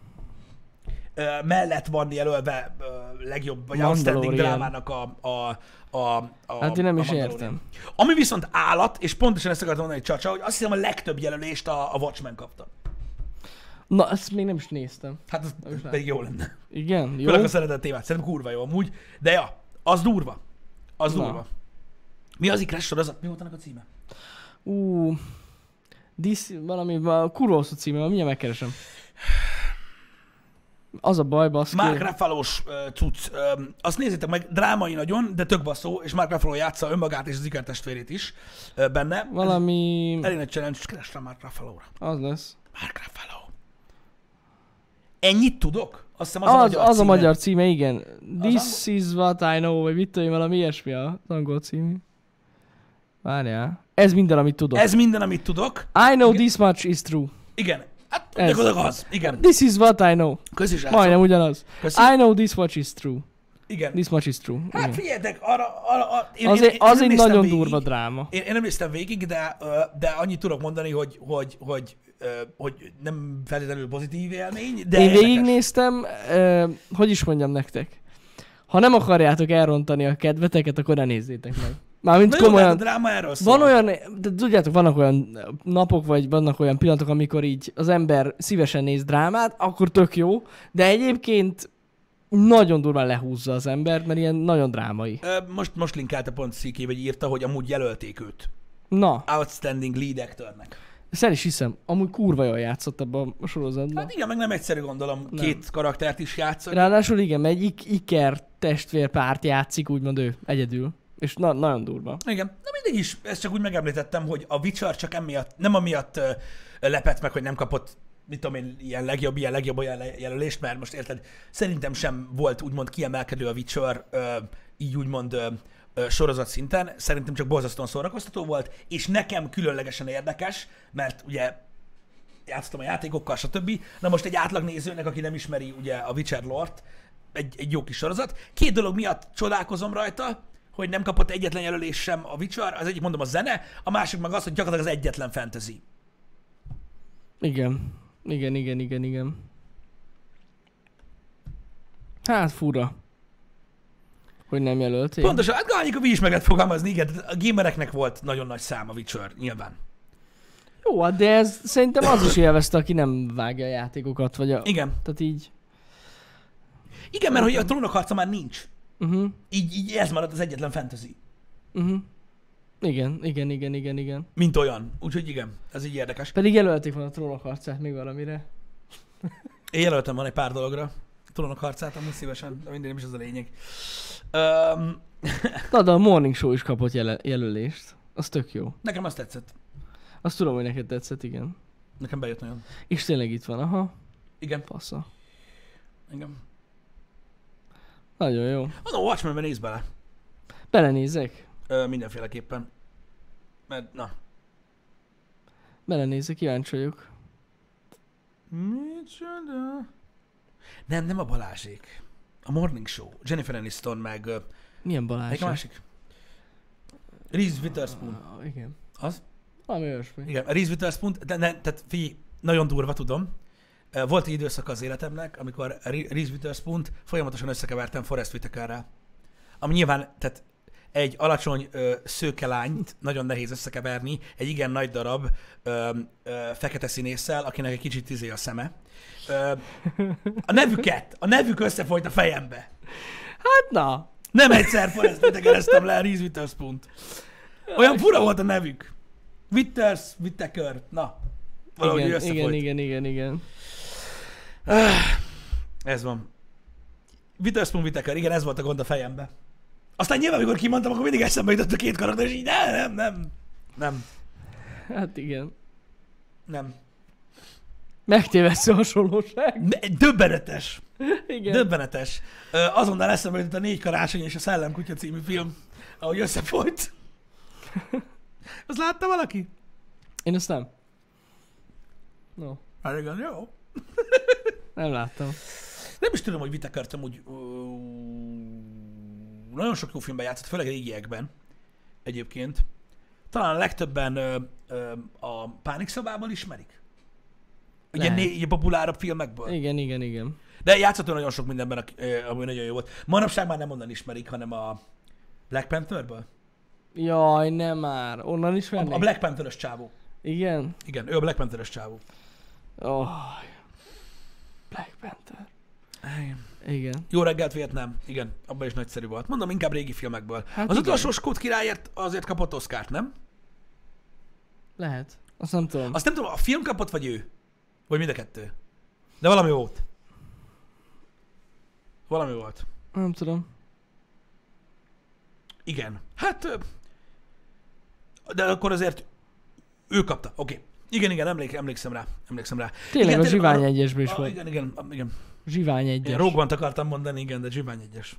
ö, mellett van jelölve ö, legjobb, vagy outstanding Mandalorian. drámának a, a, a, a Hát én nem a is Mandalorian. értem. Ami viszont állat, és pontosan ezt akartam mondani, Csacsa, hogy azt hiszem a legtöbb jelölést a, a Watchmen kapta. Na, ezt még nem is néztem. Hát az is lehet. pedig jó lenne. Igen, jó. Főleg a szeretett témát, szerintem kurva jó amúgy. De ja, az durva. Az Na. durva. Mi az ikres sorozat? Mi volt annak a címe? Ú, This, valami, a kurva címe van, mindjárt megkeresem. Az a baj, baszki. Mark Ruffalo-s ö, cucc. Ö, Azt nézzétek meg, drámai nagyon, de tök baszó, és Mark Ruffalo játsza önmagát és az ikertestvérét is ö, benne. Valami... Ez Elég nagy challenge, kerestem Mark Ruffalo-ra. Az lesz. Mark Ruffalo. Ennyit tudok? Azt hiszem az, a magyar Az, az a címe. magyar címe, igen. This angol- is what I know, vagy mit tudom én, valami ilyesmi az angol című. Várjál. Ez minden, amit tudok. Ez minden, amit tudok. I know igen. this much is true. Igen. Hát Ez. gyakorlatilag az. Igen. This is what I know. Kösz is Majd. Majdnem ugyanaz. Köszi. I know this much is true. Igen. This much is true. Hát Igen. figyeljetek, arra, arra, arra én, Az én, egy, én az nem egy néztem nagyon végig. durva dráma. Én, én nem néztem végig, de, ö, de annyit tudok mondani, hogy, hogy, hogy, ö, hogy nem feltétlenül pozitív élmény, de Én érdekes. végignéztem, ö, hogy is mondjam nektek. Ha nem akarjátok elrontani a kedveteket, akkor ne nézzétek meg. Na Mármint jó, de hát a komolyan. dráma erről szól. Van olyan, de tudjátok, vannak olyan napok, vagy vannak olyan pillanatok, amikor így az ember szívesen néz drámát, akkor tök jó, de egyébként nagyon durván lehúzza az embert, mert ilyen nagyon drámai. Ö, Most, most linkelte pont CK, vagy írta, hogy amúgy jelölték őt. Na, Outstanding lead actornek. ezt el is hiszem, amúgy kurva jól játszott abban a sorozatban. Hát igen, meg nem egyszerű gondolom, nem. két karaktert is játszani. Ráadásul igen, egy ik- iker testvérpárt játszik, úgymond ő, egyedül. És na- nagyon durva. Igen, na mindegy is, ezt csak úgy megemlítettem, hogy a Witcher csak emiatt, nem amiatt ö, lepett meg, hogy nem kapott mit tudom én, ilyen legjobb, ilyen legjobb olyan le- jelölést, mert most érted, szerintem sem volt úgymond kiemelkedő a Witcher, ö, így úgymond ö, ö, sorozat szinten, szerintem csak borzasztóan szórakoztató volt, és nekem különlegesen érdekes, mert ugye játszottam a játékokkal, stb. Na most egy átlag nézőnek, aki nem ismeri ugye a Witcher lort, egy, egy jó kis sorozat. Két dolog miatt csodálkozom rajta, hogy nem kapott egyetlen jelölés sem a Witcher, az egyik mondom a zene, a másik meg az, hogy gyakorlatilag az egyetlen fantasy. Igen. Igen, igen, igen, igen. Hát fura. Hogy nem jelölték. Pontosan, hát Gálnyik mi is meg lehet fogalmazni, igen, tehát a gamereknek volt nagyon nagy szám a Witcher, nyilván. Jó, hát de ez szerintem az is élvezte, aki nem vágja a játékokat, vagy a... Igen, Tehát így. igen mert hogy a trónok harca már nincs, Uh-huh, így, így ez maradt az egyetlen fantasy, uh-huh. Igen, igen, igen, igen, igen. mint olyan. Úgyhogy igen, ez így érdekes. Pedig jelölték volna a trónok harcát még valamire. Én jelöltem van egy pár dologra. Trónok harcát, amúgy szívesen, de mindig nem is az a lényeg. Öm, Na, de a Morning Show is kapott jel- jelölést. Az tök jó. nekem azt tetszett. Azt tudom, hogy neked tetszett, igen. Nekem bejött nagyon. És tényleg itt van, aha, Igen, passza. igen. Nagyon jó. Mondom, a Watchmenben néz bele. Belenézek. Ö, mindenféleképpen. Mert, na. Belenézek, kíváncsi vagyok. Micsoda? Nem, nem a Balázsék. A Morning Show. Jennifer Aniston meg... ö, Milyen Melyik Balázs? a másik? Reese Witherspoon. Ah, igen. Az? Valami olyasmi. Igen, a Reese Witherspoon, de ne, tehát figyelj, nagyon durva, tudom. Ö, Volt egy időszak az életemnek, amikor a Re- Reese witherspoon folyamatosan összekevertem Forrest Whitakerrel. Ami nyilván, tehát egy alacsony ö, szőke lányt nagyon nehéz összekeverni, egy igen nagy darab ö, ö, fekete színésszel, akinek egy kicsit izé a szeme. Ö, a nevüket, a nevük összefolyt a fejembe. Hát na, Nem egyszer Forrest Whitakereztem le a Reese witherspoon Olyan fura volt a nevük. Withers, Whittaker, na. Valahogy igen, igen, összefolyt. igen, igen, igen, igen. Ez van. Witherspoon, Whittaker, igen, ez volt a gond a fejembe. Aztán nyilván, amikor kimondtam, akkor mindig eszembe jutott a két karakter, és így nem, nem, nem, nem, Hát igen. nem. Megtévesztő hasonlóság. Ne- Döbbenetes, Igen. döbbenetes. Ö, Azonnal eszembe jutott a Négy karácsony és a Szellemkutya című film, ahogy összefolyt. Azt látta valaki? Én azt nem. No, Hát igen, jó. nem láttam. Nem is tudom, hogy Whittaker-t amúgy ö, nagyon sok jó filmben játszott, főleg régiekben egyébként. Talán a legtöbben ö, ö, a Pánik szobából ismerik. Ugye Lehet. né, ilyen populárabb filmekből. Igen, igen, igen. De játszott ő nagyon sok mindenben, aki- ö, ami nagyon jó volt. Manapság már nem onnan ismerik, hanem a Black Pantherből. Jaj, nem már. Onnan is vennék? A, a Black Panther-ös csávó. Igen. Igen, ő a Black Panther-ös csávó. Oh. Black Panther. Igen. Jó reggelt, Vietnám. Igen, abban is nagyszerű volt. Mondom, inkább régi filmekből. Hát az igen. utolsó Skót királyért azért kapott Oszkárt, nem? Lehet. Azt nem tudom. Azt nem tudom, a film kapott, vagy ő? Vagy mind a kettő? De valami volt. Valami volt. Nem tudom. Igen. Hát... ö, De akkor azért ő kapta. Oké. Okay. Igen, igen, emlék, emlékszem rá. Emlékszem rá. Tényleg igen, a Zsivány a- egyesben is a, volt. igen, igen, a- igen. Zsivány Én egyes. Rogue akartam mondani, igen, de Zsivány egyes.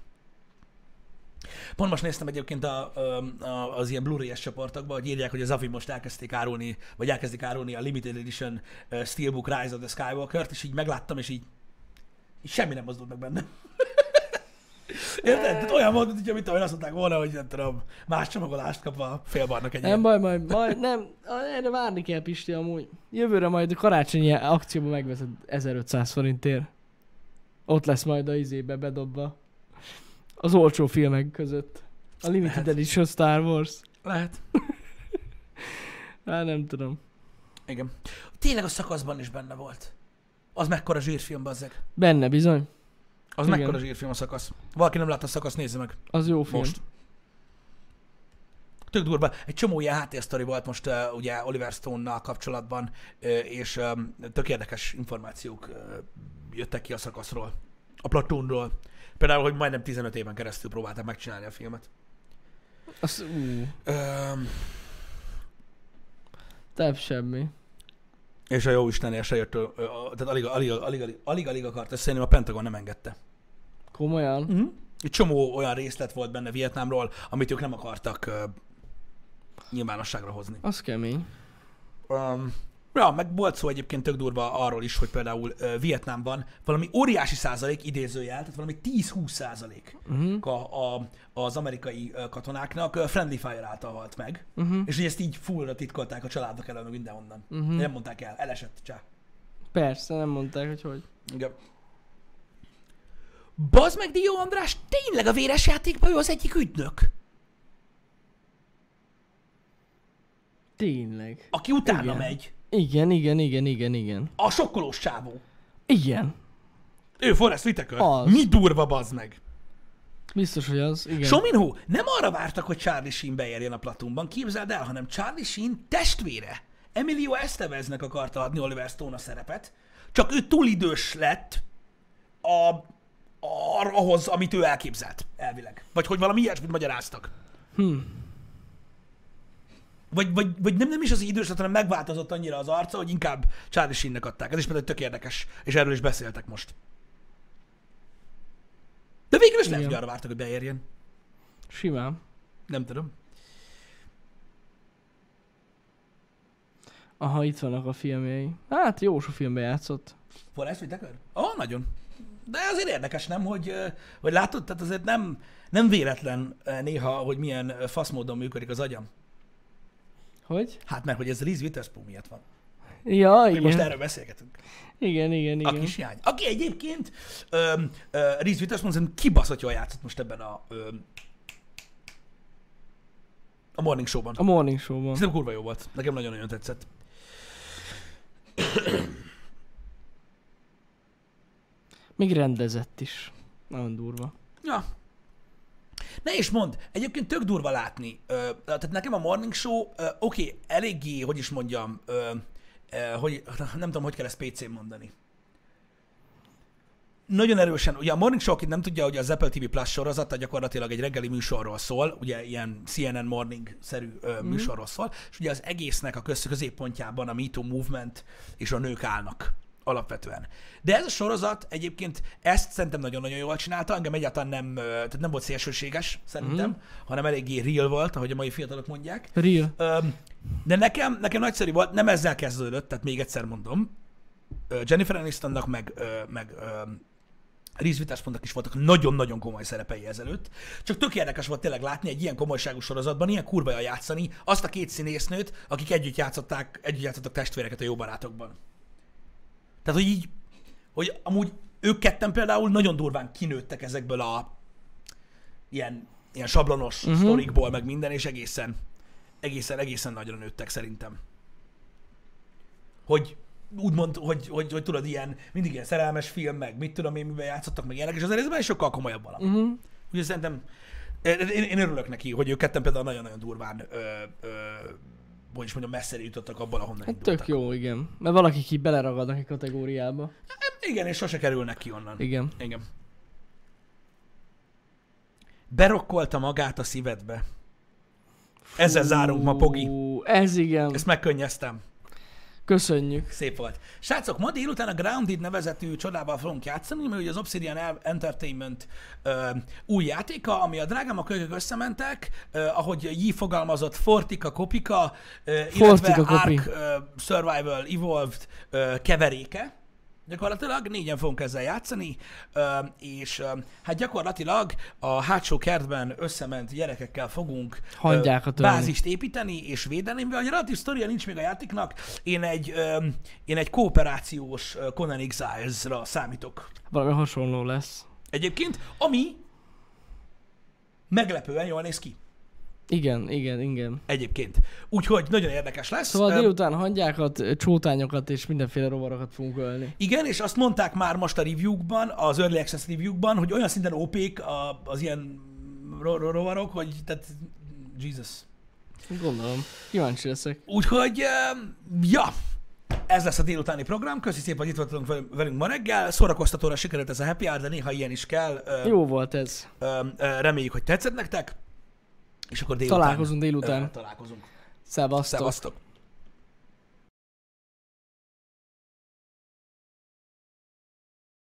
Pont most néztem egyébként a, a, a, az ilyen Blu-ray-es csoportokban, hogy írják, hogy az Avi most elkezdték árulni, vagy elkezdik árulni a Limited Edition ö, Steelbook Rise of the Skywalker-t, és így megláttam, és így, így semmi nem mozdult meg benne. Érted? Tehát olyan volt, mint hogyha mit tudom, én azt mondták volna, hogy nem tudom, más csomagolást kap a félbarnak egy Nem ilyen. baj, majd, majd nem, erre várni kell Pisti amúgy. Jövőre majd a karácsonyi akcióban megveszed 1500 forintért. Ott lesz majd a izébe bedobva. Az olcsó filmek között. A Limited Lehet. Edition Star Wars. Lehet. Hát nem tudom. Igen. Tényleg a szakaszban is benne volt. Az mekkora zsírfilm, bazzeg. Benne bizony. Az Igen. mekkora zsírfilm a szakasz. Valaki nem látta a szakasz, nézze meg. Az jó film. Most. Tök durva. Egy csomó ilyen háttérsztori volt most uh, ugye Oliver Stone-nal kapcsolatban, uh, és um, tök érdekes információk uh, jöttek ki a szakaszról, a platónról. Például, hogy majdnem 15 éven keresztül próbálták megcsinálni a filmet. Az, ú, Um, tebb semmi. és a jó Istennél se jött, ö, ö, tehát alig, alig, alig, alig, alig, alig akart összejönni, a Pentagon nem engedte. Komolyan? Uh-huh. Egy csomó olyan részlet volt benne Vietnámról, amit ők nem akartak ö, nyilvánosságra hozni. Az kemény. Um, ja, meg volt szó egyébként tök durva arról is, hogy például uh, Vietnámban valami óriási százalék idézőjel, tehát valami 10-20 százalék Uh-huh. a, a, az amerikai ö, katonáknak ö, friendly fire által halt meg. Uh-huh. És hogy ezt így fullra titkolták a családok elől, meg mindenhonnan. Mhm. Nem mondták el, elesett, csá. Persze, nem mondták, hogy hogy. Igen. Bazd meg, Dió András, tényleg a véres játékban ő az egyik ügynök, Tényleg. aki utána Igen. Igen. megy. Igen, igen, igen, igen, igen. A sokkolós csávó. Igen. Ő Forrest Whitaker. Az. Mi durva, bazd meg. Biztos, hogy az. Igen. Sominho, nem arra vártak, hogy Charlie Sheen beérjen a Platumban, képzeld el, hanem Charlie Sheen testvére, Emilio Esteveznek akarta adni Oliver Stone a szerepet, csak ő túl idős lett a, a, ahhoz, amit ő elképzelt, elvileg. Vagy hogy valami ilyesmit magyaráztak. Hm. Vagy, vagy, vagy nem, nem is az hogy idős lett, hanem megváltozott annyira az arca, hogy inkább Charlie Sheennek adták. Ez is például tök érdekes, és erről is beszéltek most. De végül is lehet, Igen. hogy arra vártak, hogy beérjen. Simán. Nem tudom. Aha, itt vannak a filmjei. Hát jó sok filmbe játszott. Forrest Whitaker? Ó, oh, nagyon. De azért érdekes, nem, hogy, ö, hogy látod, tehát azért nem, nem véletlen ö, néha, hogy milyen ö, fasz módon működik az agyam. Hogy? Hát mert, hogy ez Reese Witherspoon miatt van. Ja, Mi igen. most erről beszélgetünk. igen. Igen, A igen, kis hiány. Aki egyébként öm, ö, Reese Witherspoon szerintem kibaszott jól játszott most ebben a öm, a Morning Show-ban. A Morning Show-ban. Szerintem kurva jó volt. Nekem nagyon-nagyon tetszett. Még rendezett is. Nagyon durva. Ja. Ne is mondd, egyébként tök durva látni. Ö, tehát nekem a Morning Show, ö, oké, okay, eléggé, hogy is mondjam, ö, ö, hogy, nem tudom, hogy kell ezt PC-n mondani. Nagyon erősen, ugye a Morning Show, aki nem tudja, hogy az Apple TV Plus sorozata gyakorlatilag egy reggeli műsorról szól, ugye ilyen CNN Morning-szerű ö, műsorról szól, és ugye az egésznek a köz- középpontjában a Me Too Movement és a nők állnak alapvetően. De ez a sorozat egyébként ezt szerintem nagyon-nagyon jól csinálta, engem egyáltalán nem, ö, tehát nem volt szélsőséges szerintem, hanem eléggé real volt, ahogy a mai fiatalok mondják. Real. Öm, de nekem, nekem nagyszerű volt, nem ezzel kezdődött, tehát még egyszer mondom. Ö, Jennifer Anistonnak meg, ö, meg öm, Reese Witherspoonnak is voltak nagyon-nagyon komoly szerepei ezelőtt. Csak tök érdekes volt tényleg látni egy ilyen komolyságú sorozatban, ilyen kurvaja játszani azt a két színésznőt, akik együtt játszották, együtt játszottak testvéreket a jó barátokban. Tehát, hogy így, hogy amúgy ők ketten például nagyon durván kinőttek ezekből a ilyen, ilyen sablonos Mhm. uh-huh. sztorikból, meg minden, és egészen, egészen, egészen nagyra nőttek szerintem. Hogy úgymond, hogy, hogy, hogy tudod, ilyen, mindig ilyen szerelmes film, meg mit tudom én, miben játszottak, meg ilyenek, és az előzőben sokkal komolyabb valami. Uh-huh. Úgyhogy szerintem én, én- én örülök neki, hogy ők ketten például nagyon-nagyon durván, ö, ö, hogy is mondjam, messzire jutottak abban, ahonnan Hát indultak. tök jó, igen. Mert valaki ki beleragad neki kategóriába. Igen, és sose kerülnek ki onnan. Igen. Igen. Berokkolta magát a szívedbe. Ezzel zárunk ma, Pogi. Ú, Ez igen. Ezt megkönnyeztem. Köszönjük. Szép volt. Srácok, ma délután a Grounded nevezetű csodával fogunk játszani, mert ugye az Obsidian El- Entertainment ö, új játéka, ami a drágám a kölykök összementek, ö, ahogy Yi fogalmazott, Fortika, Kopika, ö, Fortika, illetve Kopi. Ark ö, Survival Evolved ö, keveréke. Gyakorlatilag négyen fogunk ezzel játszani, ö, és ö, hát gyakorlatilag a hátsó kertben összement gyerekekkel fogunk ö, Hangyákat ölni. bázis bázist építeni és védeni, mivel a relatív sztoria nincs még a játéknak, én egy, öm, én egy kooperációs ö, Conan Exiles-ra számítok. Valami hasonló lesz. Egyébként, ami meglepően jól néz ki. Igen, igen, igen. Egyébként. Úgyhogy nagyon érdekes lesz. Szóval Öm, délután hangyákat, csótányokat és mindenféle rovarokat fogunk ölni. Igen, és azt mondták már most a reviewkban, az Early Access reviewkban, hogy olyan szinten op a az ilyen ro- ro- rovarok, hogy tehát Jesus. Gondolom. Kíváncsi leszek. Úgyhogy, em, ja, ez lesz a délutáni program. Köszi szépen, hogy itt voltatok vel- velünk ma reggel. Szórakoztatóra sikerült ez a happy hour, de néha ilyen is kell. Ö, Jó volt ez. ö, ö, Reméljük, hogy tetszett nektek. És akkor délután Találkozunk délután. ö, Találkozunk. Szevasztok. Szevasztok.